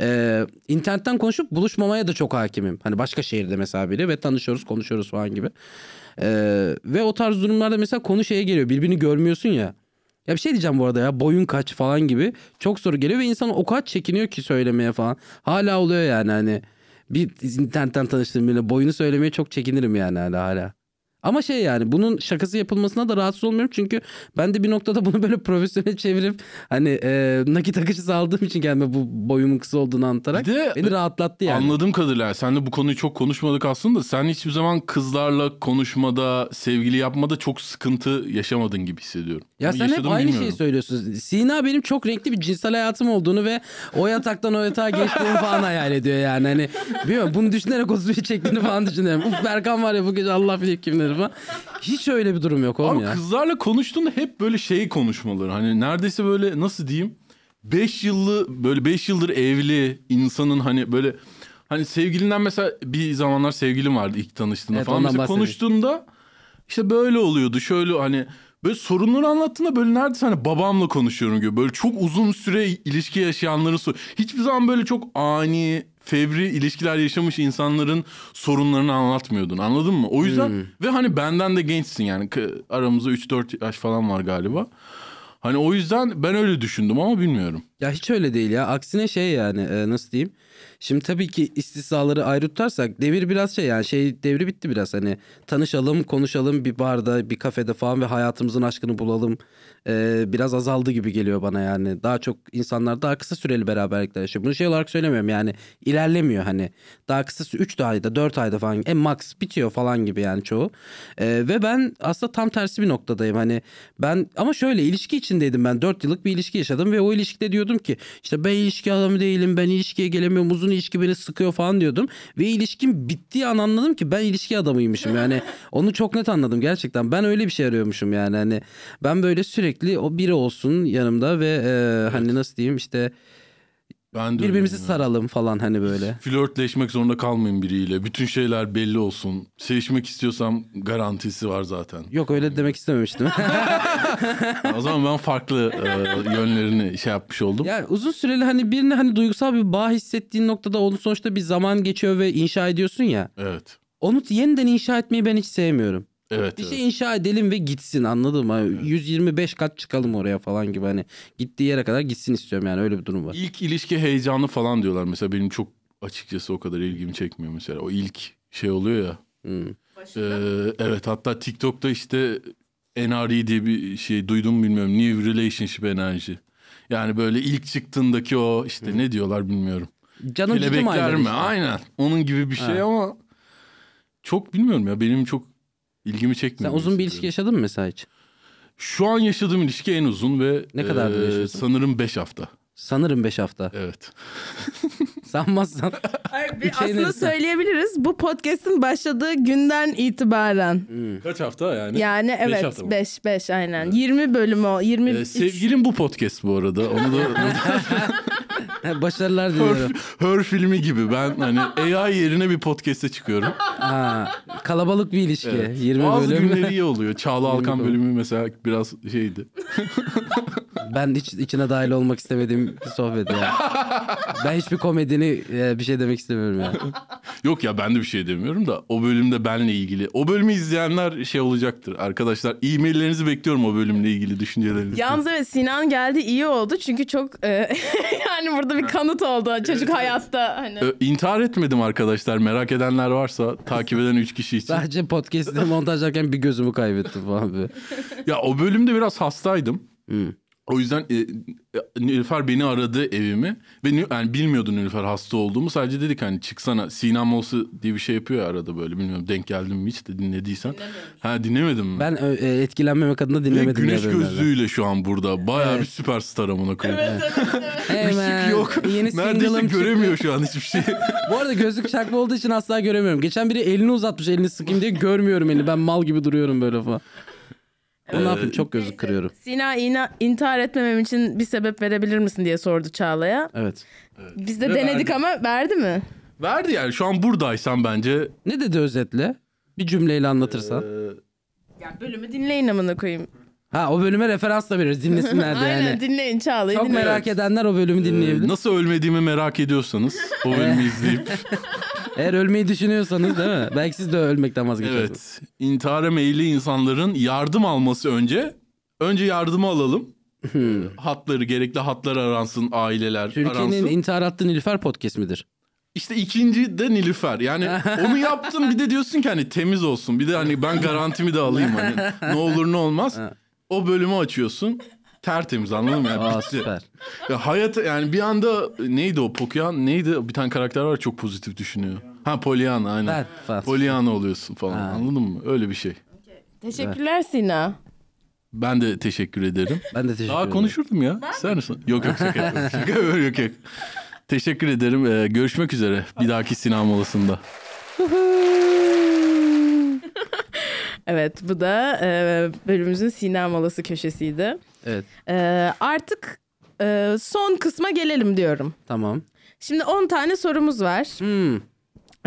Speaker 3: Ee, internetten konuşup buluşmamaya da çok hakimim. Hani başka şehirde mesela biri ve tanışıyoruz konuşuyoruz falan gibi. Ee, ve o tarz durumlarda mesela konu şeye geliyor. Birbirini görmüyorsun ya. Ya bir şey diyeceğim bu arada ya boyun kaç falan gibi çok soru geliyor ve insan o kadar çekiniyor ki söylemeye falan. Hala oluyor yani hani bir internetten tanıştığım biriyle boyunu söylemeye çok çekinirim yani hala hala. Ama şey yani bunun şakası yapılmasına da rahatsız olmuyorum. Çünkü ben de bir noktada bunu böyle profesyonel çevirip hani e, nakit akışı saldığım için kendime bu boyumun kısa olduğunu anlatarak
Speaker 4: Bir de-
Speaker 3: beni rahatlattı yani.
Speaker 4: Anladığım kadarıyla senle bu konuyu çok konuşmadık aslında. Sen hiçbir zaman kızlarla konuşmada, sevgili yapmada çok sıkıntı yaşamadın gibi hissediyorum.
Speaker 3: Ya
Speaker 4: Ama
Speaker 3: sen hep
Speaker 4: yaşadım
Speaker 3: aynı şeyi
Speaker 4: bilmiyorum.
Speaker 3: söylüyorsun. Sina benim çok renkli bir cinsel hayatım olduğunu ve o yataktan o yatağa geçtiğimi falan hayal ediyor yani. Hani bilmiyorum bunu düşünerek o suyu çektiğini falan düşünüyorum. Uf Berkan var ya bu gece Allah bilir kimleri falan. Hiç öyle bir durum yok oğlum
Speaker 4: Abi
Speaker 3: ya.
Speaker 4: kızlarla konuştuğunda hep böyle şey konuşmaları. Hani neredeyse böyle nasıl diyeyim? 5 yıllı böyle 5 yıldır evli insanın hani böyle hani sevgilinden mesela bir zamanlar sevgilim vardı ilk tanıştığında
Speaker 3: Evet,
Speaker 4: falan.
Speaker 3: ondan
Speaker 4: Mesela
Speaker 3: bahsedelim.
Speaker 4: konuştuğunda işte böyle oluyordu. Şöyle hani böyle sorunları anlattığında böyle neredeyse hani babamla konuşuyorum gibi. Böyle çok uzun süre ilişki yaşayanları sor. Hiçbir zaman böyle çok ani fevri ilişkiler yaşamış insanların sorunlarını anlatmıyordun. Anladın mı? O yüzden
Speaker 3: Hmm.
Speaker 4: ve hani benden de gençsin yani. K- Aramızda 3-4 yaş falan var galiba. Hani o yüzden ben öyle düşündüm ama bilmiyorum.
Speaker 3: Ya hiç öyle değil ya. Aksine şey yani e, nasıl diyeyim? Şimdi tabii ki istisnaları ayrı tutarsak devir biraz şey yani şey devri bitti biraz hani tanışalım konuşalım bir barda bir kafede falan ve hayatımızın aşkını bulalım e, biraz azaldı gibi geliyor bana yani daha çok insanlar daha kısa süreli beraberlikler yaşıyor bunu şey olarak söylemiyorum yani ilerlemiyor hani daha kısa 3 ayda 4 ayda falan en max bitiyor falan gibi yani çoğu E, ve ben aslında tam tersi bir noktadayım hani ben ama şöyle ilişki içindeydim ben 4 yıllık bir ilişki yaşadım ve o ilişkide diyordum ki işte ben ilişki adamı değilim ben ilişkiye gelemiyorum uzun ilişki beni sıkıyor falan diyordum. Ve ilişkim bittiği an anladım ki ben ilişki adamıymışım yani onu çok net anladım gerçekten ben öyle bir şey arıyormuşum yani hani ben böyle sürekli o biri olsun yanımda ve e, hani nasıl diyeyim işte
Speaker 4: Ben de öyle
Speaker 3: birbirimizi
Speaker 4: bilmiyorum.
Speaker 3: saralım falan hani böyle.
Speaker 4: Flörtleşmek zorunda kalmayın biriyle. Bütün şeyler belli olsun. Sevişmek istiyorsam garantisi var zaten.
Speaker 3: Yok öyle demek istememiştim.
Speaker 4: o zaman ben farklı e, yönlerini şey yapmış oldum.
Speaker 3: Ya uzun süreli hani birine hani duygusal bir bağ hissettiğin noktada onun sonuçta bir zaman geçiyor ve inşa ediyorsun ya.
Speaker 4: Evet.
Speaker 3: Onu yeniden inşa etmeyi ben hiç sevmiyorum.
Speaker 4: Evet.
Speaker 3: Bir
Speaker 4: evet.
Speaker 3: şey inşa edelim ve gitsin anladın mı? 125 kat çıkalım oraya falan gibi hani gittiği yere kadar gitsin istiyorum yani öyle bir durum var.
Speaker 4: İlk ilişki heyecanı falan diyorlar. Mesela benim çok açıkçası o kadar ilgimi çekmiyor mesela. O ilk şey oluyor ya.
Speaker 3: Hmm.
Speaker 4: Ee, evet hatta TikTok'ta işte NRE diye bir şey duydum mu bilmiyorum. New Relationship Enerji. Yani böyle ilk çıktığındaki o işte ne diyorlar bilmiyorum.
Speaker 3: Canım cicim
Speaker 4: Kelebekler
Speaker 3: aynen
Speaker 4: mi?
Speaker 3: işte.
Speaker 4: Aynen. Onun gibi bir şey
Speaker 3: Ha.
Speaker 4: ama çok bilmiyorum ya benim çok ilgimi
Speaker 3: Sen
Speaker 4: çekmiyor.
Speaker 3: uzun bir
Speaker 4: mesela.
Speaker 3: ilişki yaşadın mı mesela hiç?
Speaker 4: Şu an yaşadığım ilişki en uzun ve
Speaker 3: Ne kadardır
Speaker 4: eee,
Speaker 3: yaşıyorsun?
Speaker 4: sanırım 5 hafta.
Speaker 3: Sanırım 5 hafta.
Speaker 4: Evet.
Speaker 3: Sanmazsan.
Speaker 2: Ay, bir
Speaker 3: Üç ayın
Speaker 2: aslında
Speaker 3: arası.
Speaker 2: söyleyebiliriz. Bu podcast'in başladığı günden itibaren.
Speaker 4: Kaç hafta yani?
Speaker 2: Yani
Speaker 4: Beş
Speaker 2: evet
Speaker 4: hafta mı?
Speaker 2: 5 5 aynen. 20 bölüm o. 20
Speaker 4: Ee, sevgilim bu podcast bu arada. Onu da
Speaker 3: Başarılar
Speaker 4: Her,
Speaker 3: diliyorum.
Speaker 4: Her filmi gibi ben hani AI yerine bir podcast'e çıkıyorum.
Speaker 3: Ha, kalabalık bir ilişki. 20
Speaker 4: Bazı
Speaker 3: bölüm.
Speaker 4: günleri iyi oluyor. Çağla Alkan
Speaker 3: bölüm.
Speaker 4: bölümü mesela biraz şeydi.
Speaker 3: Ben hiç içine dahil olmak istemediğim bir sohbet ya. Ben hiçbir komedini e, bir şey demek istemiyorum ya.
Speaker 4: Yok ya ben de bir şey demiyorum da o bölümde benle ilgili. O bölümü izleyenler şey olacaktır arkadaşlar. E-maillerinizi bekliyorum o bölümle ilgili düşüncelerinizi.
Speaker 2: Yalnız evet Sinan geldi iyi oldu çünkü çok e, yani burada bir kanıt oldu çocuk hayatta hani.
Speaker 4: Ö, İntihar etmedim arkadaşlar. Merak edenler varsa takip eden üç kişi için.
Speaker 3: Sadece podcast'ı montajlarken bir gözümü kaybettim falan böyle.
Speaker 4: Ya o bölümde biraz hastaydım.
Speaker 3: Hı.
Speaker 4: O yüzden e, e, Nilüfer beni aradı evimi ve Nil- yani bilmiyordu Nilüfer hasta olduğumu. Sadece dedik hani çıksana Sinem olsa diye bir şey yapıyor ya arada böyle bilmiyorum denk geldim mi hiç de dinlediysen. Ha dinlemedim mi?
Speaker 3: Ben ö, e, etkilenmemek adına
Speaker 4: Ve
Speaker 3: dinlemedim.
Speaker 4: güneş
Speaker 3: ya bölümlerden.
Speaker 4: gözlüğüyle şu an burada. Bayağı bir süperstar amına koyayım.
Speaker 3: Hemen.
Speaker 4: Işık yok.
Speaker 3: Yeni
Speaker 4: Neredeyse
Speaker 3: Hani single'ım
Speaker 4: göremiyor
Speaker 3: çıktı.
Speaker 4: şu an hiçbir şey.
Speaker 3: Bu arada gözlük çakma olduğu için asla göremiyorum. Geçen biri elini uzatmış elini sıkayım diye görmüyorum elini. Ben mal gibi duruyorum böyle falan. Onu ne yapayım çok gözlük kırıyorum.
Speaker 2: Sina ina, intihar etmemem için bir sebep verebilir misin diye sordu Çağla'ya.
Speaker 3: Evet.
Speaker 2: Biz de
Speaker 4: Ve
Speaker 2: denedik
Speaker 4: verdi.
Speaker 2: ama verdi mi?
Speaker 4: Verdi yani şu an buradaysan bence. e,
Speaker 3: Ne dedi özetle? Bir cümleyle anlatırsan.
Speaker 4: Ee,
Speaker 2: Ya bölümü dinleyin amına koyayım.
Speaker 3: Ha o bölüme referans da veririz dinlesinler de
Speaker 2: Aynen
Speaker 3: yani.
Speaker 2: dinleyin Çağla'yı
Speaker 3: Çok
Speaker 2: dinleyin.
Speaker 3: merak edenler o bölümü
Speaker 4: e,
Speaker 3: dinleyebilir.
Speaker 4: nasıl ölmediğimi merak ediyorsanız o bölümü izleyip.
Speaker 3: Eğer ölmeyi düşünüyorsanız değil mi? Belki siz de ölmekten vazgeçersiniz.
Speaker 4: Evet. İntihara meyilli insanların yardım alması önce. Önce yardımı alalım. Hatları, gerekli hatlar aransın, aileler
Speaker 3: Hmm. Türkiye'nin
Speaker 4: aransın.
Speaker 3: intihar hattı Nilüfer podcast midir?
Speaker 4: İşte ikinci de Nilüfer. Yani onu yaptın bir de diyorsun ki hani temiz olsun. Bir de hani ben garantimi de alayım hani. Ne olur ne olmaz. O bölümü açıyorsun. Tertemiz anladın mı? Yani
Speaker 3: Aa
Speaker 4: bitti.
Speaker 3: süper.
Speaker 4: Ya hayat yani bir anda neydi o Pokyan neydi bir tane karakter var çok pozitif düşünüyor. Ha Pollyanna aynen.
Speaker 3: Ben fast.
Speaker 4: Pollyanna oluyorsun falan anladın mı? Öyle bir şey.
Speaker 2: Teşekkürler Sina.
Speaker 4: Ben de teşekkür ederim.
Speaker 3: Ben de teşekkür
Speaker 4: Daha
Speaker 3: ederim.
Speaker 4: konuşurdum ya. İster misin? Yok yok şaka yapıyorum. Şaka yapıyorum, yok yok. Teşekkür ederim. Ee, görüşmek üzere bir dahaki sinema molasında.
Speaker 2: Evet bu da e, bölümümüzün Sina molası köşesiydi.
Speaker 3: Evet
Speaker 2: E, artık e, son kısma gelelim diyorum.
Speaker 3: tamam.
Speaker 2: Şimdi 10 tane sorumuz var.
Speaker 3: Hmm.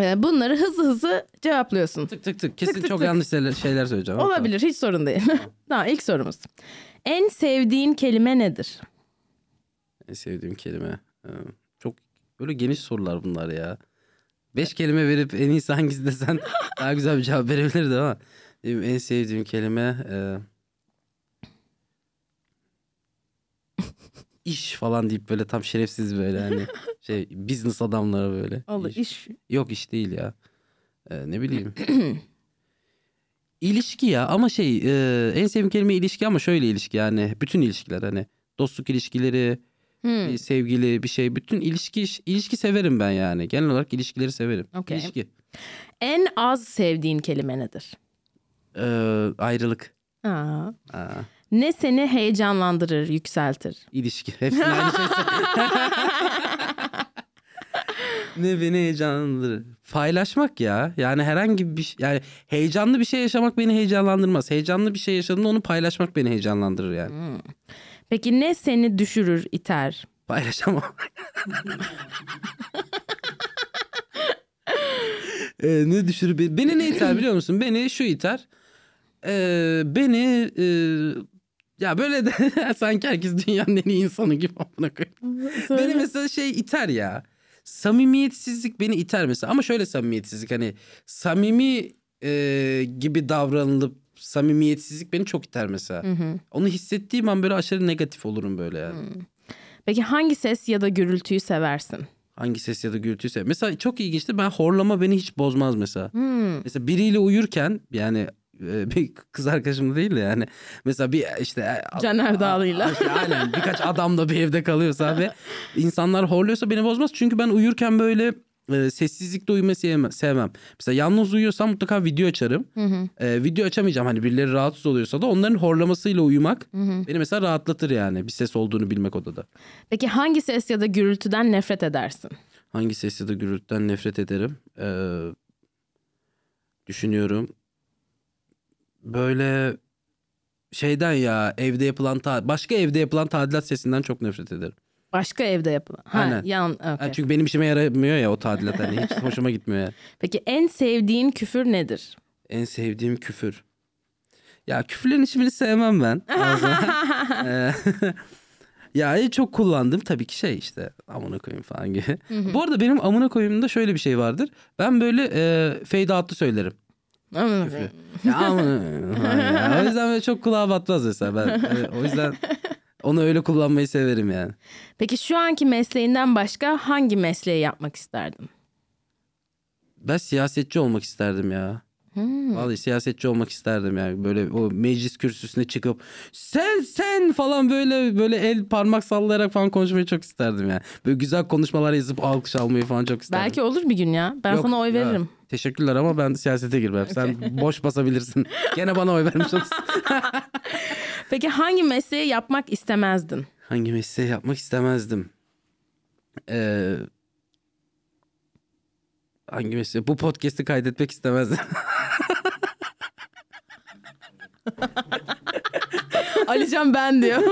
Speaker 2: E, bunları hızlı hızlı cevaplıyorsun.
Speaker 3: Tık tık tık. Kesin
Speaker 2: Tık tık
Speaker 3: çok
Speaker 2: tık.
Speaker 3: yanlış şeyler- şeyler söyleyeceğim. ama
Speaker 2: Olabilir hiç sorun değil. tamam ilk sorumuz. En sevdiğin kelime nedir?
Speaker 3: tamam. En sevdiğim kelime. Ee, Çok böyle geniş sorular bunlar ya. Beş kelime verip en iyisi hangisi desen daha güzel bir cevap verebilirdi ama. Benim en sevdiğim kelime... E... iş falan deyip böyle tam şerefsiz böyle hani şey business adamları böyle.
Speaker 2: Allah
Speaker 3: İş.
Speaker 2: iş.
Speaker 3: Yok iş değil ya. Ee, ne bileyim. ilişki ya ama şey e, en sevdiğim kelime ilişki ama şöyle ilişki yani bütün ilişkiler hani dostluk ilişkileri,
Speaker 2: Hmm.
Speaker 3: bir sevgili bir şey bütün ilişki ilişki severim ben yani. Genel olarak ilişkileri severim.
Speaker 2: Okey.
Speaker 3: İlişki.
Speaker 2: En az sevdiğin kelime nedir?
Speaker 3: Ee, ayrılık.
Speaker 2: Aa.
Speaker 3: Aa,
Speaker 2: Ne seni heyecanlandırır, yükseltir?
Speaker 3: ilişki. Hepsini aynı şey Ne beni heyecanlandırır? Paylaşmak ya. Yani herhangi bir şey- yani heyecanlı bir şey yaşamak beni heyecanlandırmaz. Heyecanlı bir şey yaşadığımda onu paylaşmak beni heyecanlandırır yani.
Speaker 2: Peki ne seni düşürür, iter?
Speaker 3: Paylaşamam. Ee, ne düşürür? be- Beni ne iter biliyor musun? Beni şu iter. Ee, beni e, ya böyle de sanki herkes dünyanın en iyi insanı gibi amına koyayım. Beni mesela şey iter ya. Samimiyetsizlik beni iter mesela. Ama şöyle samimiyetsizlik hani samimi e, gibi davranılıp samimiyetsizlik beni çok iter mesela. Onu hissettiğim an böyle aşırı negatif olurum böyle yani.
Speaker 2: Peki hangi ses ya da gürültüyü seversin?
Speaker 3: Hangi ses ya da gürültüyse. Mesela çok ilginçtir. Ben horlama beni hiç bozmaz mesela. Mesela biriyle uyurken yani e, bir kız arkadaşım değil de yani mesela bir işte e,
Speaker 2: Caner Dağlı'yla.
Speaker 3: İşte aynen birkaç adamla bir evde kalıyorsa ve insanlar horluyorsa beni bozmaz. Çünkü ben uyurken böyle e, sessizlikte uyumayı sevmem, sevmem. Mesela yalnız uyuyorsam mutlaka video açarım. E, video açamayacağım hani birileri rahatsız oluyorsa da onların horlamasıyla uyumak beni mesela rahatlatır yani bir ses olduğunu bilmek odada.
Speaker 2: Peki hangi ses ya da gürültüden nefret edersin?
Speaker 3: Hangi sesi de gürültüden nefret ederim? Ee, düşünüyorum. Böyle şeyden ya evde yapılan ta- başka evde yapılan tadilat sesinden çok nefret ederim.
Speaker 2: Başka evde yapılan. Ha,
Speaker 3: Aynen.
Speaker 2: Yan,
Speaker 3: Ha,
Speaker 2: okey.
Speaker 3: çünkü benim işime yaramıyor ya o tadilat hani hiç hoşuma gitmiyor yani.
Speaker 2: Peki en sevdiğin küfür nedir?
Speaker 3: En sevdiğim küfür. Ya küfürlerin hiçbirini sevmem ben. Bazen. Ee, ya en çok kullandığım tabii ki şey işte amına koyayım falan gibi. Bu arada benim amına koyayımda şöyle bir şey vardır. Ben böyle e, fade out'lu söylerim. Küfrü. ya amına ya. O yüzden böyle çok kulağa batmaz mesela ben. e, o yüzden onu öyle kullanmayı severim yani.
Speaker 2: Peki şu anki mesleğinden başka hangi mesleği yapmak isterdin?
Speaker 3: Ben siyasetçi olmak isterdim ya.
Speaker 2: Hmm.
Speaker 3: Vallahi siyasetçi olmak isterdim yani. Böyle o meclis kürsüsüne çıkıp sen sen falan böyle böyle el parmak sallayarak falan konuşmayı çok isterdim yani. Böyle güzel konuşmalar yazıp alkış almayı falan çok isterdim.
Speaker 2: Belki olur bir gün ya. Ben
Speaker 3: Yok,
Speaker 2: sana oy
Speaker 3: ya,
Speaker 2: veririm.
Speaker 3: teşekkürler ama ben siyasete girmem. Sen boş basabilirsin. Gene bana oy vermiş olursun.
Speaker 2: Peki hangi mesleği yapmak istemezdin?
Speaker 3: Hangi mesleği yapmak istemezdim? Ee, hangi mesleği? Bu podcast'i kaydetmek istemezdim.
Speaker 2: Alican ben diyor.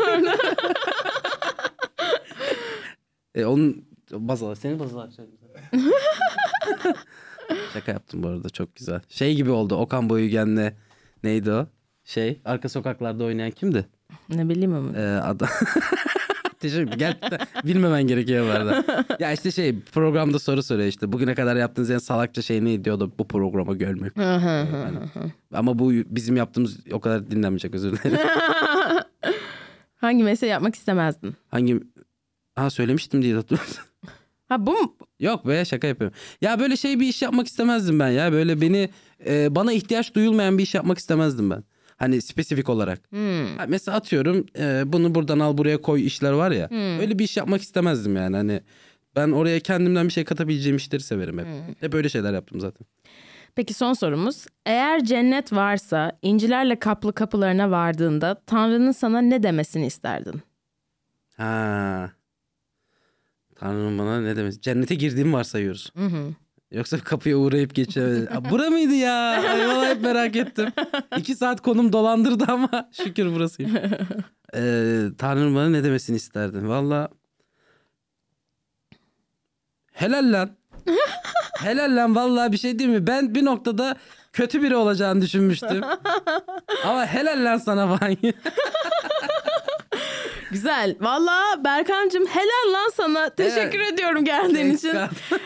Speaker 3: E, onun baz al. Seni baz al. Şaka yaptım bu arada çok güzel. Şey gibi oldu Okan Boyügen'le neydi o? Şey arka sokaklarda oynayan kimdi?
Speaker 2: ne bileyim ama.
Speaker 3: Ee, adam. Teşekkür Gerçekten bilmemen gerekiyor bu arada. Ya işte şey programda soru soruyor işte. Bugüne kadar yaptığınız en salakça şey neydi diyordu bu programa görmek. Yani. Ama bu bizim yaptığımız o kadar dinlenmeyecek özür dilerim.
Speaker 2: Hangi mesleği yapmak istemezdin?
Speaker 3: Hangi... Ha söylemiştim diye hatırlıyorum.
Speaker 2: Ha bu mu?
Speaker 3: Yok be şaka yapıyorum. Ya böyle şey bir iş yapmak istemezdim ben ya. Böyle beni e, bana ihtiyaç duyulmayan bir iş yapmak istemezdim ben. Hani spesifik olarak. Ha, mesela atıyorum e, bunu buradan al buraya koy işler var ya. Öyle bir iş yapmak istemezdim yani. Hani ben oraya kendimden bir şey katabileceğim işleri severim hep. Hep öyle şeyler yaptım zaten.
Speaker 2: Peki son sorumuz. Eğer cennet varsa incilerle kaplı kapılarına vardığında Tanrı'nın sana ne demesini isterdin?
Speaker 3: Ha. Tanrım bana ne demesi? Cennete girdiğimi varsayıyoruz. Yoksa kapıya uğrayıp geçemedi. Aa, Bura mıydı ya? Ay, vallahi hep merak ettim. İki saat konum dolandırdı ama şükür burasıyım. Ee, Tanrım bana ne demesini isterdim? Valla helal lan. Helal lan valla bir şey değil mi? Ben bir noktada kötü biri olacağını düşünmüştüm. Ama helal lan sana falan.
Speaker 2: Güzel. Valla Berkancığım helal lan sana. Teşekkür ediyorum geldiğin
Speaker 3: Thanks
Speaker 2: için.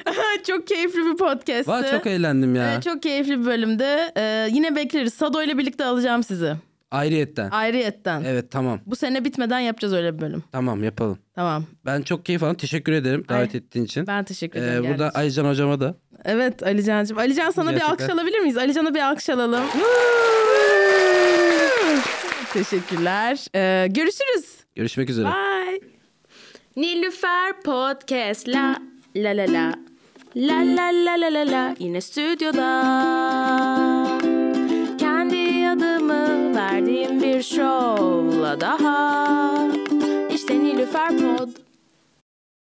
Speaker 2: çok keyifli bir podcast'ti.
Speaker 3: Valla çok eğlendim ya.
Speaker 2: Ee, çok keyifli bir bölümde. yine bekleriz. Sado ile birlikte alacağım sizi.
Speaker 3: Ayrıyetten.
Speaker 2: Ayrıyetten.
Speaker 3: Evet tamam.
Speaker 2: Bu sene bitmeden yapacağız öyle bir bölüm.
Speaker 3: Tamam yapalım.
Speaker 2: Tamam.
Speaker 3: Ben çok keyif aldım. Teşekkür ederim davet ettiğin için.
Speaker 2: Ben teşekkür
Speaker 3: Ee,
Speaker 2: ederim.
Speaker 3: burada
Speaker 2: geldiğin için.
Speaker 3: Aycan hocama da.
Speaker 2: Evet Alican'cığım. Alican sana bir
Speaker 3: Gerçekten.
Speaker 2: alkış alabilir miyiz? Alican'a bir alkış alalım. Teşekkürler. Ee, görüşürüz.
Speaker 3: Görüşmek üzere.
Speaker 2: Bye.
Speaker 1: Nilüfer Podcast la la la la La la la la la la yine stüdyoda Kendi adımı verdiğim bir şovla daha İşte Nilüfer Pod